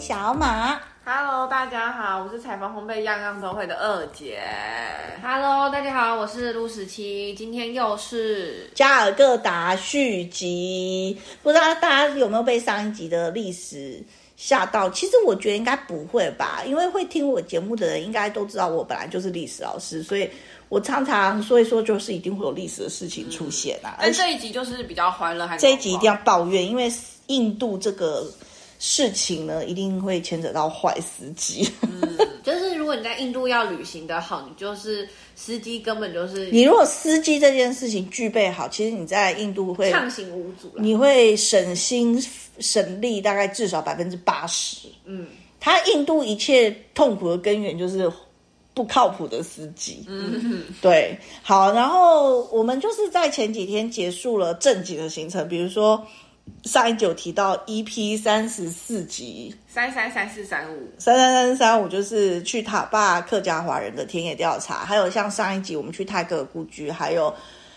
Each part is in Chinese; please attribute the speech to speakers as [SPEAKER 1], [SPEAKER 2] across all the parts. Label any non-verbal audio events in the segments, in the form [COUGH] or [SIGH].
[SPEAKER 1] 小马。
[SPEAKER 2] Hello，大家好，我是采访烘焙样样都会的二姐。
[SPEAKER 3] Hello，大家好，我是陆十七，今天又是
[SPEAKER 1] 加尔各答续集，不知道大家有没有被上一集的历史吓到？其实我觉得应该不会吧，因为会听我节目的人应该都知道我本来就是历史老师，所以我常常说一说，就是一定会有历史的事情出现啊。
[SPEAKER 2] 但哎这一集就是比较欢乐，还
[SPEAKER 1] 这一集一定要抱怨，因为印度这个事情呢，一定会牵扯到坏司机。 [LAUGHS]
[SPEAKER 3] 就是如果你在印度要旅行的好，你就是司机根本就是
[SPEAKER 1] 你如果司机这件事情具备好，其实你在印度会
[SPEAKER 3] 畅行无阻了。
[SPEAKER 1] 你会省心省力，大概至少百分之八十。嗯，他印度一切痛苦的根源就是不靠谱的司机。嗯，对，好，然后我们就是在前几天结束了正经的行程，比如说上一集有提到 EP 三十四集
[SPEAKER 2] 三三三四三五，
[SPEAKER 1] 三三三三五就是去塔坝客家华人的田野调查，还有像上一集我们去泰戈尔故居，还有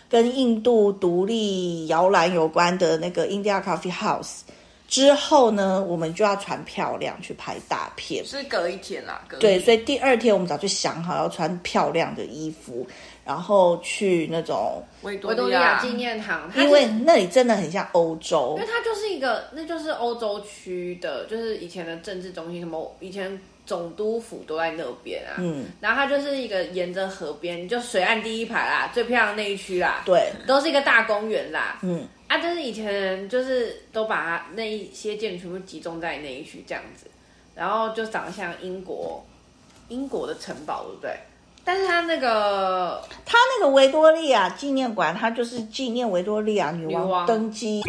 [SPEAKER 1] 跟印度独立摇篮有关的那个 India Coffee House。之后呢，我们就要穿漂亮去拍大片。
[SPEAKER 2] 是隔一天啦。隔一
[SPEAKER 1] 对，
[SPEAKER 2] 天
[SPEAKER 1] 所以第二天我们早就想好要穿漂亮的衣服，然后去那种，
[SPEAKER 2] 维多
[SPEAKER 3] 维多利
[SPEAKER 2] 利
[SPEAKER 3] 亚
[SPEAKER 2] 亚
[SPEAKER 3] 纪，念堂，它
[SPEAKER 1] 因为
[SPEAKER 3] 是
[SPEAKER 1] 那里真的很像欧洲
[SPEAKER 3] 因为。它就是一个，那就是欧洲区的，就是以前的政治中心，什么以前总督府都在那边啊。嗯，然后它就是一个沿着河边，就水岸第一排啦，最漂亮的那一区啦，
[SPEAKER 1] 对，
[SPEAKER 3] 都是一个大公园啦。
[SPEAKER 1] 嗯，
[SPEAKER 3] 啊，就是以前人就是都把它那一些建筑全部集中在那一区这样子，然后就长得像英国英国的城堡，对不对？但是它那个
[SPEAKER 1] 他那个维多利亚纪念馆，它就是纪念维多利亚女
[SPEAKER 3] 女
[SPEAKER 1] 王
[SPEAKER 3] 王
[SPEAKER 1] 登基。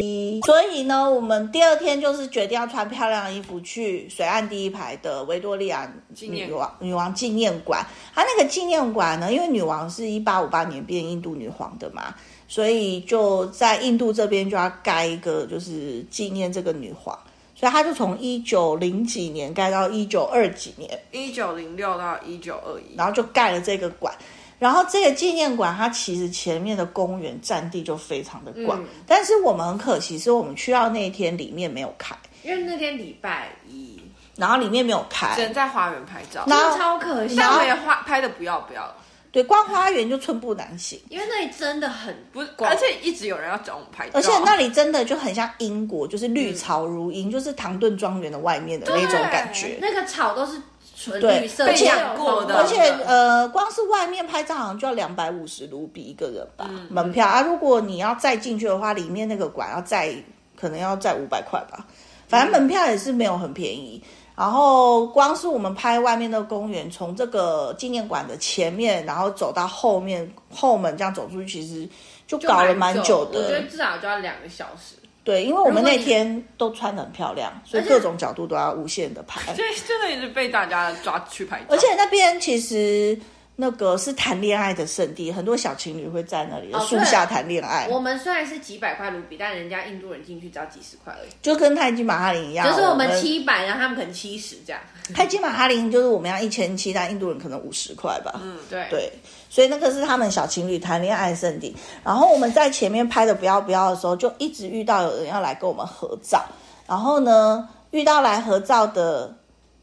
[SPEAKER 1] 所以呢，我们第二天就是决定要穿漂亮的衣服去水岸第一排的维多利亚女
[SPEAKER 2] 念
[SPEAKER 1] 王女王纪念馆。它那个纪念馆呢，因为女王是一八五八年变印度女皇的嘛，所以就在印度这边就要盖一个，就是纪念这个女皇。所以他就从一九零几年盖到一九二几年，
[SPEAKER 2] 一九零六到一九二一，
[SPEAKER 1] 然后就盖了这个馆。然后这个纪念馆，它其实前面的公园占地就非常的广，
[SPEAKER 3] 嗯
[SPEAKER 1] 但是我们很可惜，是我们去到那一天里面没有开，
[SPEAKER 3] 因为那天礼拜一，
[SPEAKER 1] 然后里面没有
[SPEAKER 2] 只
[SPEAKER 1] 开，
[SPEAKER 2] 能在花园拍照。
[SPEAKER 1] 然后
[SPEAKER 3] 超可惜，
[SPEAKER 1] 然
[SPEAKER 2] 那
[SPEAKER 1] 后
[SPEAKER 2] 我也花拍的不要不要，
[SPEAKER 1] 对，光花园就寸步难行，
[SPEAKER 3] 因为那里真的很
[SPEAKER 2] 不是，
[SPEAKER 3] 广
[SPEAKER 2] 而且一直有人要找我们拍照，
[SPEAKER 1] 而且那里真的就很像英国，就是绿草如茵，就是唐顿庄园的外面的那种感觉。
[SPEAKER 3] 那个草都是纯
[SPEAKER 1] 对
[SPEAKER 3] 绿色，
[SPEAKER 1] 被
[SPEAKER 3] 没有
[SPEAKER 2] 养过的
[SPEAKER 3] 黄
[SPEAKER 1] 而且
[SPEAKER 3] 黄
[SPEAKER 1] 呃，光是外面拍照好像就要两百五十卢比一个人吧，门票啊。如果你要再进去的话，里面那个馆要再可能要再五百块吧，反正门票也是没有很便宜。然后光是我们拍外面的公园，从这个纪念馆的前面，然后走到后面后门这样走出去，其实就
[SPEAKER 3] 就
[SPEAKER 1] 搞了蛮久
[SPEAKER 3] 我觉
[SPEAKER 1] 的
[SPEAKER 3] 得。至少就要两个小时。
[SPEAKER 1] 对，因为我们
[SPEAKER 3] 如果
[SPEAKER 1] 那
[SPEAKER 3] 你
[SPEAKER 1] 天都穿的很漂亮，所以
[SPEAKER 3] 而且
[SPEAKER 1] 各种角度都要无限的拍。
[SPEAKER 2] [LAUGHS] 对，真的一直被大家抓去拍照。
[SPEAKER 1] 而且那边其实那个是谈恋爱的圣地，很多小情侣会在那里树下谈恋爱，
[SPEAKER 3] 哦我们虽然是几百块卢比，但人家印度人进去只要几十块而已，
[SPEAKER 1] 就跟泰姬玛哈林一样。
[SPEAKER 3] 就是我
[SPEAKER 1] 啊我
[SPEAKER 3] 们七百，然后他们可能七十这样。
[SPEAKER 1] [LAUGHS] 泰姬玛哈林就是我们要一千七，但印度人可能五十块吧。嗯，
[SPEAKER 3] 对
[SPEAKER 1] 对，所以那个是他们小情侣谈恋爱的圣地。然后我们在前面拍的不要不要的时候，就一直遇到有人要来跟我们合照。然后呢，遇到来合照的，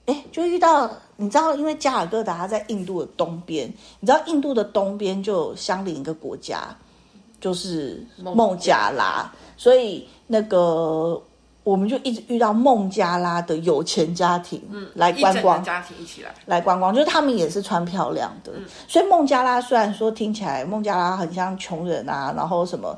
[SPEAKER 1] 哎，就遇到你知道，因为加尔各答它在印度的东边，你知道印度的东边就有相邻一个国家，就是孟加拉，所以那个。我们就一直遇到孟加拉的有钱家庭，来
[SPEAKER 2] 嗯一整
[SPEAKER 1] 观
[SPEAKER 2] 个
[SPEAKER 1] 光，
[SPEAKER 2] 家庭嗯一起来，
[SPEAKER 1] 来观光，就是他们也是穿漂亮的。所以孟加拉虽然说听起来孟加拉很像穷人啊，然后什么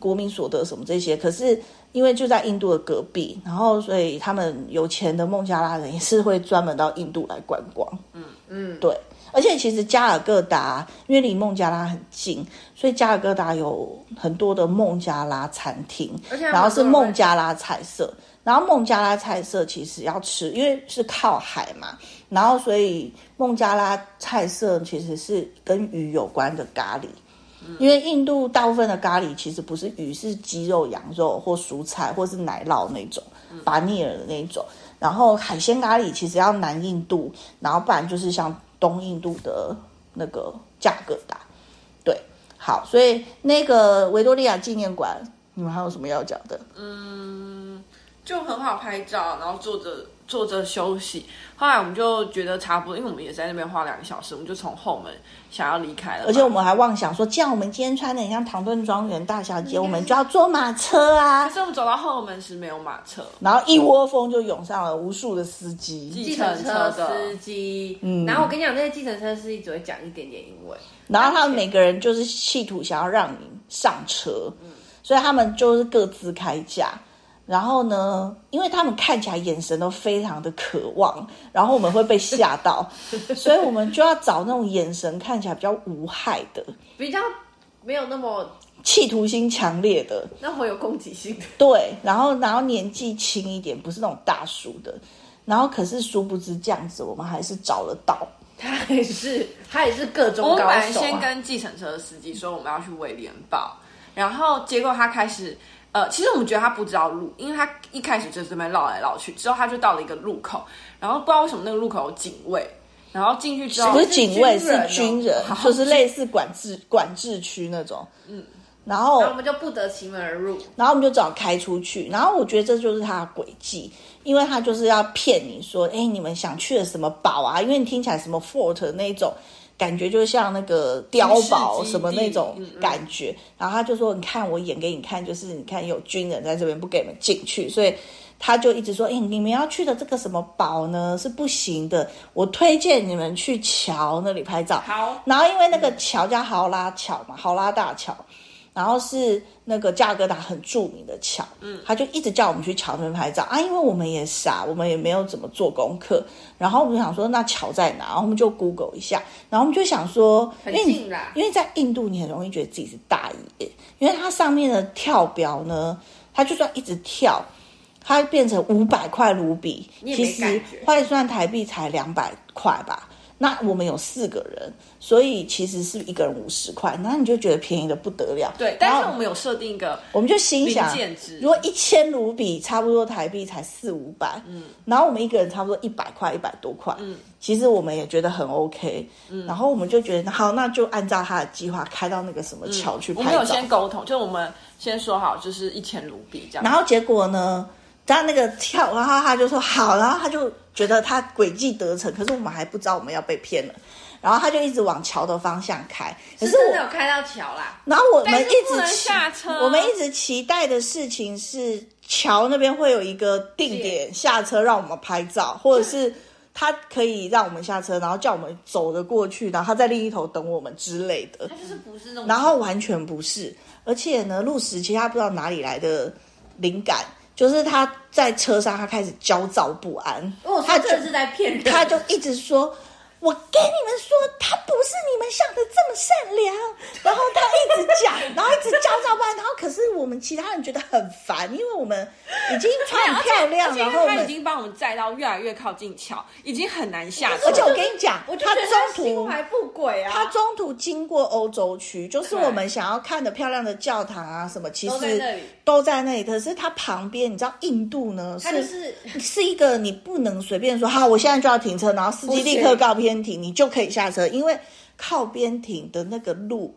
[SPEAKER 1] 国民所得什么这些，可是因为就在印度的隔壁，然后所以他们有钱的孟加拉人也是会专门到印度来观光。嗯嗯，对。而且其实加尔各答因为离孟加拉很近，所以加尔各答有很多的孟加拉餐厅，
[SPEAKER 3] 而且他们
[SPEAKER 1] 然后是
[SPEAKER 3] 都会
[SPEAKER 1] 孟加拉菜色。然后孟加拉菜色其实要吃，因为是靠海嘛，然后所以孟加拉菜色其实是跟鱼有关的咖喱，因为印度大部分的咖喱其实不是鱼，是鸡肉、羊肉或蔬菜或是奶酪那种，巴尼尔的那种。然后海鲜咖喱其实要南印度，然后不然就是像东印度的那个价格大。对，好，所以那个维多利亚纪念馆，你们还有什么要讲的？
[SPEAKER 2] 就很好拍照，然后坐着坐着休息。后来我们就觉得差不多，因为我们也在那边花两个小时，我们就从后门想要离开了嘛。
[SPEAKER 1] 而且我们还妄想说，既然我们今天穿的很像唐顿庄园大小姐，我们就要坐马车啊
[SPEAKER 2] 可！是我们走到后门时没有马车，
[SPEAKER 1] 然后一窝蜂就涌上了无数的司机，
[SPEAKER 2] 计
[SPEAKER 3] 计
[SPEAKER 2] 程
[SPEAKER 3] 程
[SPEAKER 2] 车
[SPEAKER 3] 车嗯
[SPEAKER 2] 的
[SPEAKER 3] 司机，然后我跟你讲，那些计程车司机只会讲一点点英文，
[SPEAKER 1] 然后他们每个人就是企图想要让你上车，所以他们就是各自开价。然后呢，因为他们看起来眼神都非常的渴望，然后我们会被吓
[SPEAKER 3] [LAUGHS]
[SPEAKER 1] 到，所以我们就要找那种眼神看起来比较无害的，
[SPEAKER 3] 比较没有那么
[SPEAKER 1] 企图心强烈的，
[SPEAKER 3] 那会有攻击性的。
[SPEAKER 1] 对，然后然后年纪轻一点，不是那种大叔的。然后可是殊不知这样子，我们还是找了到。
[SPEAKER 3] 他还是他也是各种
[SPEAKER 2] 我本
[SPEAKER 3] 高
[SPEAKER 2] 来
[SPEAKER 3] 手、
[SPEAKER 2] 先
[SPEAKER 3] 啊。
[SPEAKER 2] 跟计程车司机说我们要去威廉堡，然后结果他开始，呃，其实我们觉得他不知道路，因为他一开始就这边绕来绕去，之后他就到了一个路口，然后不知道为什么那个路口有警卫，然后进去之后
[SPEAKER 1] 不是警卫，
[SPEAKER 3] 军人
[SPEAKER 1] 是
[SPEAKER 3] 哦
[SPEAKER 1] 军人，
[SPEAKER 2] 好
[SPEAKER 3] [LAUGHS]
[SPEAKER 1] 就是类似管制管制区那种。嗯，然后
[SPEAKER 3] 然后我们就不得其门而入，
[SPEAKER 1] 然后我们就只好开出去。然后我觉得这就是他的诡计，因为他就是要骗你说，哎，你们想去的什么堡啊？因为你听起来什么 fort 那种。感觉就像那个碉堡
[SPEAKER 2] 军事基地
[SPEAKER 1] 什么那种
[SPEAKER 2] 嗯嗯
[SPEAKER 1] 感觉，然后他就说：“你看我演给你看，就是你看有军人在这边不给你们进去，所以他就一直说：‘哎、你们要去的这个什么堡呢是不行的，我推荐你们去桥那里拍照。’
[SPEAKER 2] 好
[SPEAKER 1] 然后因为那个桥叫豪拉桥嘛，豪拉大桥，然后是那个加尔各答很著名的桥，嗯，他就一直叫我们去桥那边拍照啊，因为我们也傻，我们也没有怎么做功课，然后我们就想说那桥在哪，然后我们就 Google 一下，然后我们就想说，因
[SPEAKER 3] 很
[SPEAKER 1] 为你
[SPEAKER 3] 近啦
[SPEAKER 1] 因为在印度你很容易觉得自己是大爷，因为它上面的跳表呢，它就算一直跳。它变成五百块卢比，
[SPEAKER 3] 也
[SPEAKER 1] 其
[SPEAKER 3] 没
[SPEAKER 1] 实
[SPEAKER 3] 感觉
[SPEAKER 1] 换算台币才两百块吧。那我们有四个人，所以其实是一个人五十块，那你就觉得便宜的不得了。
[SPEAKER 2] 对，
[SPEAKER 1] 然后
[SPEAKER 2] 但是我们有设定一个，
[SPEAKER 1] 我们就心想
[SPEAKER 2] 零件值，
[SPEAKER 1] 如果一千卢比差不多台币才四五百，嗯，然后我们一个人差不多一百块，一百多块，嗯，其实我们也觉得很 OK，嗯，然后我们就觉得好，那就按照他的计划开到那个什么桥去
[SPEAKER 2] 嗯我
[SPEAKER 1] 拍
[SPEAKER 2] 们有
[SPEAKER 1] 照。
[SPEAKER 2] 先沟通，就是我们先说好就是一千卢比这样，
[SPEAKER 1] 然后结果呢，他那个跳，然后他就说好，然后他就觉得他诡计得逞，可是我们还不知道我们要被骗了，然后他就一直往桥的方向开，可是
[SPEAKER 3] 真
[SPEAKER 1] 我
[SPEAKER 3] 的有开到桥啦。
[SPEAKER 1] 然后我们
[SPEAKER 2] 但
[SPEAKER 1] 一
[SPEAKER 2] 是不
[SPEAKER 1] 直
[SPEAKER 2] 能
[SPEAKER 1] 期
[SPEAKER 2] 下车
[SPEAKER 1] 我们一直期待的事情是桥那边会有一个定点下车让我们拍照，或者是他可以让我们下车，然后叫我们走着过去，然后他在另一头等我们之类的
[SPEAKER 3] 他。就是不是那种，
[SPEAKER 1] 然后完全不是，而且呢，路时其实他不知道哪里来的灵感，就是他在车上他开始焦躁不安
[SPEAKER 3] 如果，
[SPEAKER 1] 他
[SPEAKER 3] 哦他
[SPEAKER 1] 就
[SPEAKER 3] 真的是在骗人，
[SPEAKER 1] 他就一直说。我跟你们说，他不是你们想的这么善良。然后他一直讲，然后一直焦躁不安。然后可是我们其他人觉得很烦，因为我们已经穿很漂亮，
[SPEAKER 2] 啊而且因
[SPEAKER 1] 然
[SPEAKER 2] 为
[SPEAKER 1] 后我
[SPEAKER 2] 他已
[SPEAKER 1] 们，
[SPEAKER 2] 经帮我们载到越来越靠近桥，已经很难下车。
[SPEAKER 1] 而且我跟你讲，
[SPEAKER 3] 我就
[SPEAKER 1] 他
[SPEAKER 3] 觉得他
[SPEAKER 1] 中
[SPEAKER 3] 心
[SPEAKER 1] 途
[SPEAKER 3] 怀不轨啊，
[SPEAKER 1] 他中途经过欧洲区，就是
[SPEAKER 2] 对
[SPEAKER 1] 我们想要看的漂亮的教堂啊什么，其
[SPEAKER 3] 都在那
[SPEAKER 1] 实
[SPEAKER 3] 里
[SPEAKER 1] 都在那里。可是它旁边，你知道印度呢，
[SPEAKER 3] 他就是
[SPEAKER 1] 是一个你不能随便说好，我现在就要停车，然后司机
[SPEAKER 3] 不行
[SPEAKER 1] 立刻告边停，你就可以下车，因为靠边停的那个路，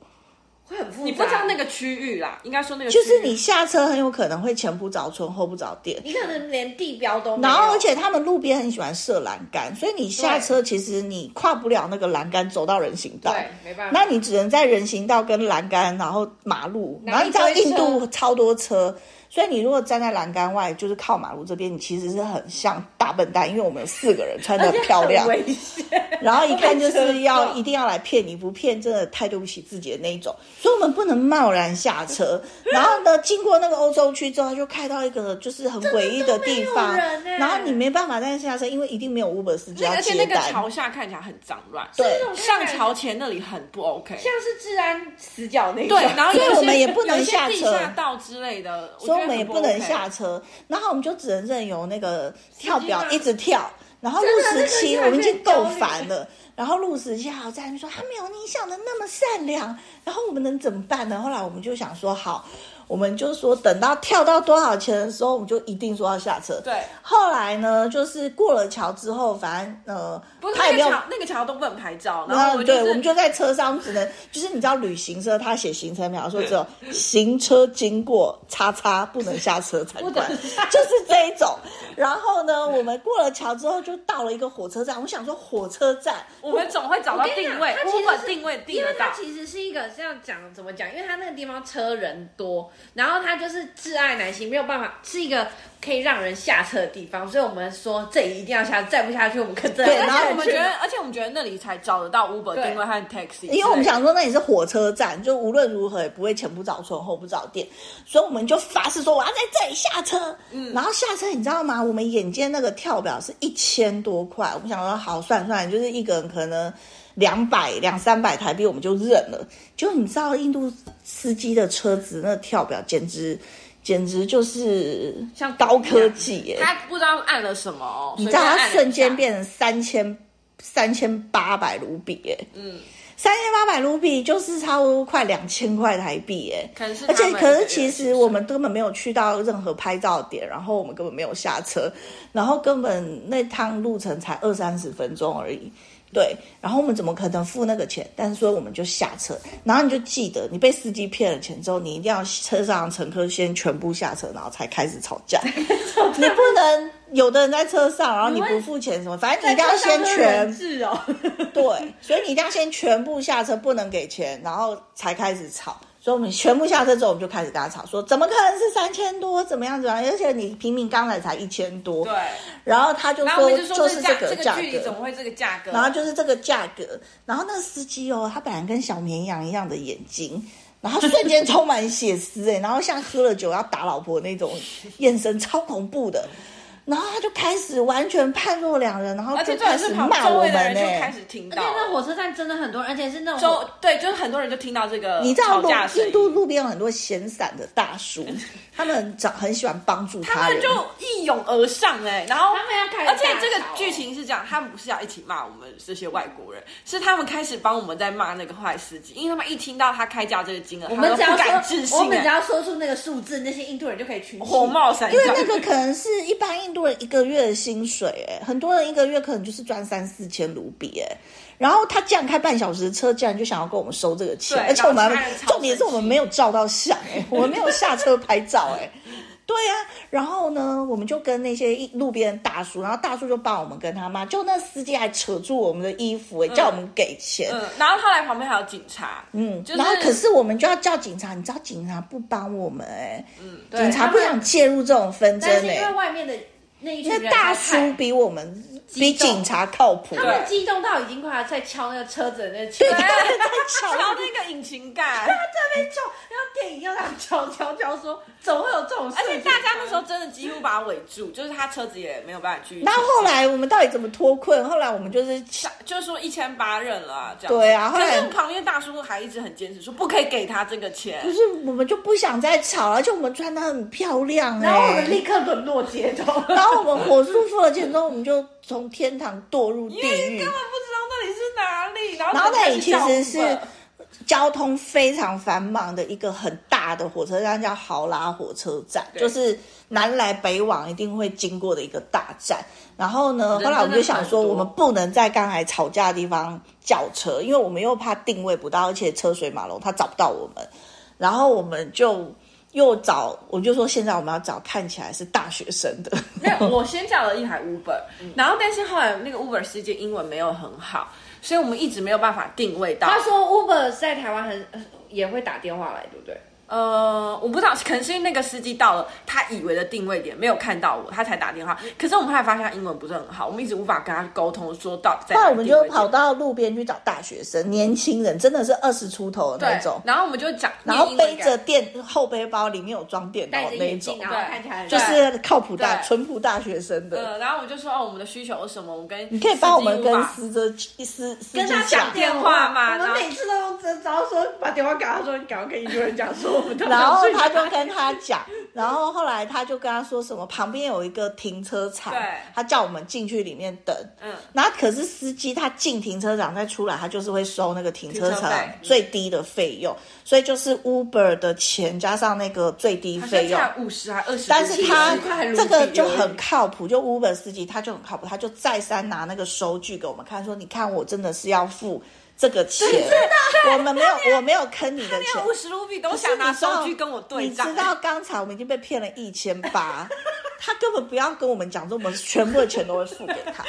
[SPEAKER 3] 会很复杂，
[SPEAKER 2] 你不知道那个区域啦，应该说那个
[SPEAKER 1] 就是
[SPEAKER 2] 区域
[SPEAKER 1] 你下车很有可能会前不着村后不着店。
[SPEAKER 3] 你可能连地标都没
[SPEAKER 1] 然
[SPEAKER 3] 有，
[SPEAKER 1] 后，而且他们路边很喜欢设栏杆，所以你下车其实你跨不了那个栏杆，走到人行道。
[SPEAKER 3] 对，没办法，
[SPEAKER 1] 那你只能在人行道跟栏杆，然后马路，然
[SPEAKER 3] 然后
[SPEAKER 1] 后你知道
[SPEAKER 3] 一堆
[SPEAKER 1] 印度超多车，所以你如果站在栏杆外，就是靠马路这边，你其实是很像大笨蛋，因为我们有四个人穿的漂亮
[SPEAKER 3] [LAUGHS] 很，危险，
[SPEAKER 1] 然后一看就
[SPEAKER 3] 会被
[SPEAKER 1] 是
[SPEAKER 3] 车 [LAUGHS]
[SPEAKER 1] 要
[SPEAKER 3] 撞
[SPEAKER 1] 一定要来骗你，不骗真的太对不起自己的那一种，所以我们不能贸然下
[SPEAKER 3] [LAUGHS]
[SPEAKER 1] 车。然后呢，经过那个欧洲区之后，他就开到一个就是很诡异的地方，
[SPEAKER 3] 真的都没有人欸
[SPEAKER 1] 然后你没办法再下车，因为一定没有 Uber 司机
[SPEAKER 2] 那
[SPEAKER 1] 要
[SPEAKER 2] 而且
[SPEAKER 1] 接
[SPEAKER 2] 那个
[SPEAKER 1] 单。
[SPEAKER 2] 桥下看起来很脏乱，
[SPEAKER 1] 对
[SPEAKER 3] 这种
[SPEAKER 2] 上
[SPEAKER 3] 看起来
[SPEAKER 2] 桥前那里很不 OK。
[SPEAKER 3] 像是治安死角那种，
[SPEAKER 2] 对，然后
[SPEAKER 1] 所以
[SPEAKER 2] 有一些
[SPEAKER 1] 我们也不能
[SPEAKER 2] 有一些
[SPEAKER 1] 下车
[SPEAKER 2] 地下道之类的，
[SPEAKER 1] 所以我们也
[SPEAKER 2] 觉
[SPEAKER 1] 不
[SPEAKER 2] 得很
[SPEAKER 1] 能
[SPEAKER 2] OK
[SPEAKER 1] 下。车，然后我们就只能任由那个跳表
[SPEAKER 3] 司机吗
[SPEAKER 1] 一直跳。然后路
[SPEAKER 3] 真的
[SPEAKER 1] 十
[SPEAKER 3] 那个
[SPEAKER 1] 七，
[SPEAKER 3] 越
[SPEAKER 1] 我
[SPEAKER 3] 来
[SPEAKER 1] 们已经够
[SPEAKER 3] 越
[SPEAKER 1] 烦了。然后路十七还有在那边说他没有你想的那么善良。然后我们能怎么办呢？后来我们就想说，好，我们就说等到跳到多少钱的时候，我们就一定说要下车。
[SPEAKER 2] 对，
[SPEAKER 1] 后来呢，就是过了桥之后，反正呃，
[SPEAKER 2] 不是
[SPEAKER 1] 他也
[SPEAKER 2] 那
[SPEAKER 1] 没有
[SPEAKER 2] 个桥，那个桥都不能拍照，然后
[SPEAKER 1] 那
[SPEAKER 2] 我们
[SPEAKER 1] 嗯对，我们
[SPEAKER 2] 就
[SPEAKER 1] 就在车上，只能就是你知道，旅行社他写行程表说只有行车经过叉叉不能下车才怪，就是这一种。然后呢，我们过了桥之后就到了一个火车站，我想说火车站，
[SPEAKER 2] 我们总会找到
[SPEAKER 3] 跟你
[SPEAKER 2] 定
[SPEAKER 3] 讲
[SPEAKER 2] 位
[SPEAKER 3] 它其实
[SPEAKER 2] ，Uber
[SPEAKER 3] 是
[SPEAKER 2] 定位定
[SPEAKER 3] 因为
[SPEAKER 2] 得
[SPEAKER 3] 它
[SPEAKER 2] 到。
[SPEAKER 3] 其实是一个这样讲，怎么讲？因为它那个地方车人多，然后它就是挚爱难行，没有办法，是一个可以让人下车的地方，所以我们说这里一定要下，再不下去我们可真的
[SPEAKER 1] 对
[SPEAKER 3] 要
[SPEAKER 2] 而
[SPEAKER 1] 然
[SPEAKER 3] 下
[SPEAKER 1] 后
[SPEAKER 2] 且
[SPEAKER 3] 去
[SPEAKER 2] 我们觉得，而且我们觉得那里才找得到 Uber
[SPEAKER 3] 对
[SPEAKER 2] 定位和 taxi，
[SPEAKER 1] 因为我们
[SPEAKER 2] 之类的
[SPEAKER 1] 想说那里是火车站，就无论如何也不会前不着村后不着店，所以我们就发誓说我要在这里下车。嗯，然后下车你知道吗？我们眼见那个跳表是一千多块，我们想说好算算，就是一个人可能两百两三百台币，我们就认了。就你知道印度司机的车子那跳表简直简直就是
[SPEAKER 3] 像
[SPEAKER 1] 高科技
[SPEAKER 2] [LAUGHS]
[SPEAKER 1] 耶、
[SPEAKER 2] 他不知道按了什么哦，
[SPEAKER 1] 你
[SPEAKER 2] 你
[SPEAKER 1] 知道它瞬间变成三千三千八百卢比耶、嗯，三千八百卢比就是差不多快两千块台币耶、
[SPEAKER 2] 可能是他
[SPEAKER 1] 而且，
[SPEAKER 2] 们
[SPEAKER 1] 可
[SPEAKER 2] 的
[SPEAKER 1] 是其实我们根本没有去到任何拍照点，然后我们根本没有下车，然后根本那趟路程才二三十分钟而已。对，然后我们怎么可能付那个钱？但是所以我们就下车，然后你就记得，你被司机骗了钱之后，你一定要车上乘客先全部下车，然后才开始吵
[SPEAKER 2] [LAUGHS]
[SPEAKER 1] 架。你不能有的人在车上，然后你不付钱什么，反正你一定要先全
[SPEAKER 3] 制哦。
[SPEAKER 1] [LAUGHS] 对，所以你一定要先全部下车，不能给钱，然后才开始吵。所以我们全部下车之后，我们就开始跟他吵，说怎么可能是三千多，怎么样怎么样？而且你平民刚才才一千多，
[SPEAKER 2] 对，
[SPEAKER 1] 然后他 [LAUGHS] 就
[SPEAKER 2] 然后我
[SPEAKER 1] 说
[SPEAKER 2] 们就说
[SPEAKER 1] 是
[SPEAKER 2] 价
[SPEAKER 1] 个
[SPEAKER 2] 这
[SPEAKER 1] 价
[SPEAKER 2] 个距离怎
[SPEAKER 1] 格
[SPEAKER 2] 么，会这个价格？
[SPEAKER 1] 然后就是这个价格，然后那个司机哦，他本来跟小绵羊一样的眼睛，然后瞬间充满血丝哎、然后像喝了酒要打老婆那种眼神，超恐怖的。然后他就开始完全判若两人，然后
[SPEAKER 2] 而
[SPEAKER 1] 就
[SPEAKER 2] 且重
[SPEAKER 1] 开
[SPEAKER 2] 点
[SPEAKER 1] 始
[SPEAKER 2] 是旁
[SPEAKER 1] 骂
[SPEAKER 2] 周
[SPEAKER 1] 我
[SPEAKER 2] 围
[SPEAKER 1] 们欸
[SPEAKER 2] 的人
[SPEAKER 1] 呢、
[SPEAKER 2] 就开始听
[SPEAKER 3] 而
[SPEAKER 2] 到
[SPEAKER 3] 且那
[SPEAKER 2] 了，
[SPEAKER 3] 火车站真的很多人，而且是那种
[SPEAKER 2] 周对，就是很多人就听到这个
[SPEAKER 1] 你知道
[SPEAKER 2] 吵
[SPEAKER 1] 路
[SPEAKER 2] 架声
[SPEAKER 1] 印
[SPEAKER 2] 音，
[SPEAKER 1] 度路边有很多闲散的大
[SPEAKER 2] [LAUGHS]
[SPEAKER 1] 叔，他们长很喜欢帮助
[SPEAKER 2] 他
[SPEAKER 1] 他人
[SPEAKER 2] 们。就一涌而上哎、然后
[SPEAKER 3] 他们要开始
[SPEAKER 2] 而且
[SPEAKER 3] 大吵
[SPEAKER 2] 这个剧情是这样，他们不是要一起骂我们这些外国人，是他们开始帮我们在骂那个坏司机，因为他们一听到他开价这个金额，
[SPEAKER 3] 我
[SPEAKER 2] 他
[SPEAKER 3] 们
[SPEAKER 2] 都
[SPEAKER 3] 只
[SPEAKER 2] 不
[SPEAKER 3] 要
[SPEAKER 2] 敢
[SPEAKER 3] 说
[SPEAKER 2] 置，
[SPEAKER 1] 啊
[SPEAKER 3] 我
[SPEAKER 2] 信、
[SPEAKER 3] 们
[SPEAKER 2] 欸，
[SPEAKER 3] 只要说出那个数字，那些印度人就可以群起
[SPEAKER 2] 火冒三
[SPEAKER 1] 因为
[SPEAKER 2] 丈。
[SPEAKER 1] 那个可能是一般印度人一个月的薪水、哎，很多人一个月可能就是赚三四千卢比、哎，然后他竟然开半小时的车，竟然就想要跟我们收这个钱，
[SPEAKER 2] 对
[SPEAKER 1] 而且我们
[SPEAKER 2] 然后其他人超
[SPEAKER 1] 重点是我们没有照到相、
[SPEAKER 2] [LAUGHS]
[SPEAKER 1] 哎，我们没有下车拍照、哎。对呀、然后呢，我们就跟那些一路边的大叔，然后大叔就帮我们跟他妈，就那司机还扯住我们的衣服、哎，叫我们给钱，
[SPEAKER 2] 嗯，然后后来旁边还有警察，嗯，就是
[SPEAKER 1] 然后可是我们就要叫警察，你知道警察不帮我们哎、
[SPEAKER 3] 嗯对
[SPEAKER 1] 警察不想介入这种纷争
[SPEAKER 3] 但是因
[SPEAKER 1] 哎、
[SPEAKER 3] 为外面的那一群
[SPEAKER 1] 那
[SPEAKER 3] 人
[SPEAKER 1] 大
[SPEAKER 3] 在
[SPEAKER 1] 叔
[SPEAKER 3] 看
[SPEAKER 1] 比我们比
[SPEAKER 3] 激动
[SPEAKER 1] 警察靠谱，
[SPEAKER 3] 他
[SPEAKER 1] 对，
[SPEAKER 3] 们激动到已经快要在敲那个车子的那个
[SPEAKER 1] 对，
[SPEAKER 3] 对
[SPEAKER 1] 他们在
[SPEAKER 2] 敲
[SPEAKER 1] 吵。
[SPEAKER 2] 那哎个引
[SPEAKER 1] [LAUGHS]
[SPEAKER 2] 擎盖，
[SPEAKER 3] 在敲，然后电影又让敲敲敲说，怎么会有这种事
[SPEAKER 2] 而
[SPEAKER 3] 情？
[SPEAKER 2] 且大家那时候真的几乎把他围住，就是他车子也没有办法去。
[SPEAKER 1] 然后后来我们到底怎么脱困？后来我们就是
[SPEAKER 2] 就是说一千八认了、啊，这样子
[SPEAKER 1] 对啊后
[SPEAKER 2] 可
[SPEAKER 1] 来
[SPEAKER 2] 是旁边大叔还一直很坚持说不可以给他这个钱
[SPEAKER 1] 不，是我们就不想再吵了，而且我们穿的很漂亮哎、
[SPEAKER 3] 然后我们立刻沦落街头。
[SPEAKER 1] 然后我们火速付了钱之后，我们就从天堂堕入地
[SPEAKER 2] 因为
[SPEAKER 1] 狱
[SPEAKER 2] 根本。不知道那里是哪里。然后
[SPEAKER 1] 然后那里 [LAUGHS] 其实
[SPEAKER 2] 整个
[SPEAKER 1] 是
[SPEAKER 2] 叫 Uber
[SPEAKER 1] 交通非常繁忙的一个很大的火车站，叫豪拉火车站，
[SPEAKER 2] 对
[SPEAKER 1] 就是南来北往一定会经过的一个大站。然后呢，后
[SPEAKER 3] 人
[SPEAKER 1] 来我们就想说，
[SPEAKER 3] 真的很多
[SPEAKER 1] 我们不能在刚才吵架的地方叫车，因为我们又怕定位不到，而且车水马龙，他找不到我们。然后我们就又找，我就说现在我们要找看起来是大学生的，
[SPEAKER 2] 没有，我先叫了一台 Uber，、然后但是后来那个 Uber 司机英文没有很好，所以我们一直没有办法定位到。
[SPEAKER 3] 他说 Uber 在台湾很也会打电话来，对不
[SPEAKER 1] 哦
[SPEAKER 3] 对？
[SPEAKER 2] 呃，我不知道，可能是因为那个司机到了他以为的定位点，没有看到我，他才打电话。可是我们后来发现他英文不是很好，我们一直无法跟他沟通，说到底在
[SPEAKER 1] [LAUGHS] 后来
[SPEAKER 2] 哪
[SPEAKER 1] 我
[SPEAKER 2] 个
[SPEAKER 1] 们
[SPEAKER 2] 定位
[SPEAKER 1] 就
[SPEAKER 2] 点
[SPEAKER 1] 跑到路边去找大学生、年轻人，真的是二十出头的那种
[SPEAKER 2] 对，。然后我们就讲，
[SPEAKER 1] 然后
[SPEAKER 2] 念英文
[SPEAKER 1] 背
[SPEAKER 2] 给他
[SPEAKER 1] 着电后背包，里面有装电脑
[SPEAKER 3] 戴着
[SPEAKER 1] 那一
[SPEAKER 3] 眼
[SPEAKER 1] 种
[SPEAKER 3] 镜，，然后看起来很
[SPEAKER 1] 就
[SPEAKER 2] 对
[SPEAKER 1] 是靠谱大
[SPEAKER 2] 对
[SPEAKER 1] 淳朴大学生的。
[SPEAKER 2] 呃，然后我就说哦，我们的需求是什么？我们跟
[SPEAKER 1] 你可以帮我们
[SPEAKER 2] 司机
[SPEAKER 1] 跟
[SPEAKER 2] Uber
[SPEAKER 1] 司机司司机
[SPEAKER 3] 跟他
[SPEAKER 2] 讲
[SPEAKER 3] 讲
[SPEAKER 1] 讲，
[SPEAKER 2] 电话嘛
[SPEAKER 3] 我
[SPEAKER 2] 然
[SPEAKER 3] 们
[SPEAKER 2] 后
[SPEAKER 3] 每次都用这招说把电话给他说，你赶快跟印度人讲说我们都
[SPEAKER 1] 然后
[SPEAKER 3] 想去
[SPEAKER 1] 他
[SPEAKER 3] 哪
[SPEAKER 1] 就跟他讲，然后后来他就跟他说什么，旁边有一个停车场
[SPEAKER 2] 对，
[SPEAKER 1] 他叫我们进去里面等。
[SPEAKER 2] 嗯，
[SPEAKER 1] 那可是司机他进停车场再出来，他就是会收那个停车
[SPEAKER 2] 停车
[SPEAKER 1] 场
[SPEAKER 2] 费
[SPEAKER 1] 最低的费用，所以就是 Uber 的钱加上那个最低
[SPEAKER 2] 好
[SPEAKER 1] 费用。
[SPEAKER 2] 像才五十还二十，
[SPEAKER 1] 但是他
[SPEAKER 2] 70块卢比
[SPEAKER 1] 这个
[SPEAKER 2] 而已
[SPEAKER 1] 就很靠谱，就 Uber 司机他就很靠谱，他就再三拿那个收据给我们看，说你看我真的是要付这个钱，
[SPEAKER 2] 啊
[SPEAKER 1] 我们没有我没有坑你的钱，
[SPEAKER 2] 连五十卢比都想拿收据跟我对账，
[SPEAKER 1] 你知道刚才我们已经被骗了一千八，他根本不要跟我们讲说我们全部的钱都会付给他。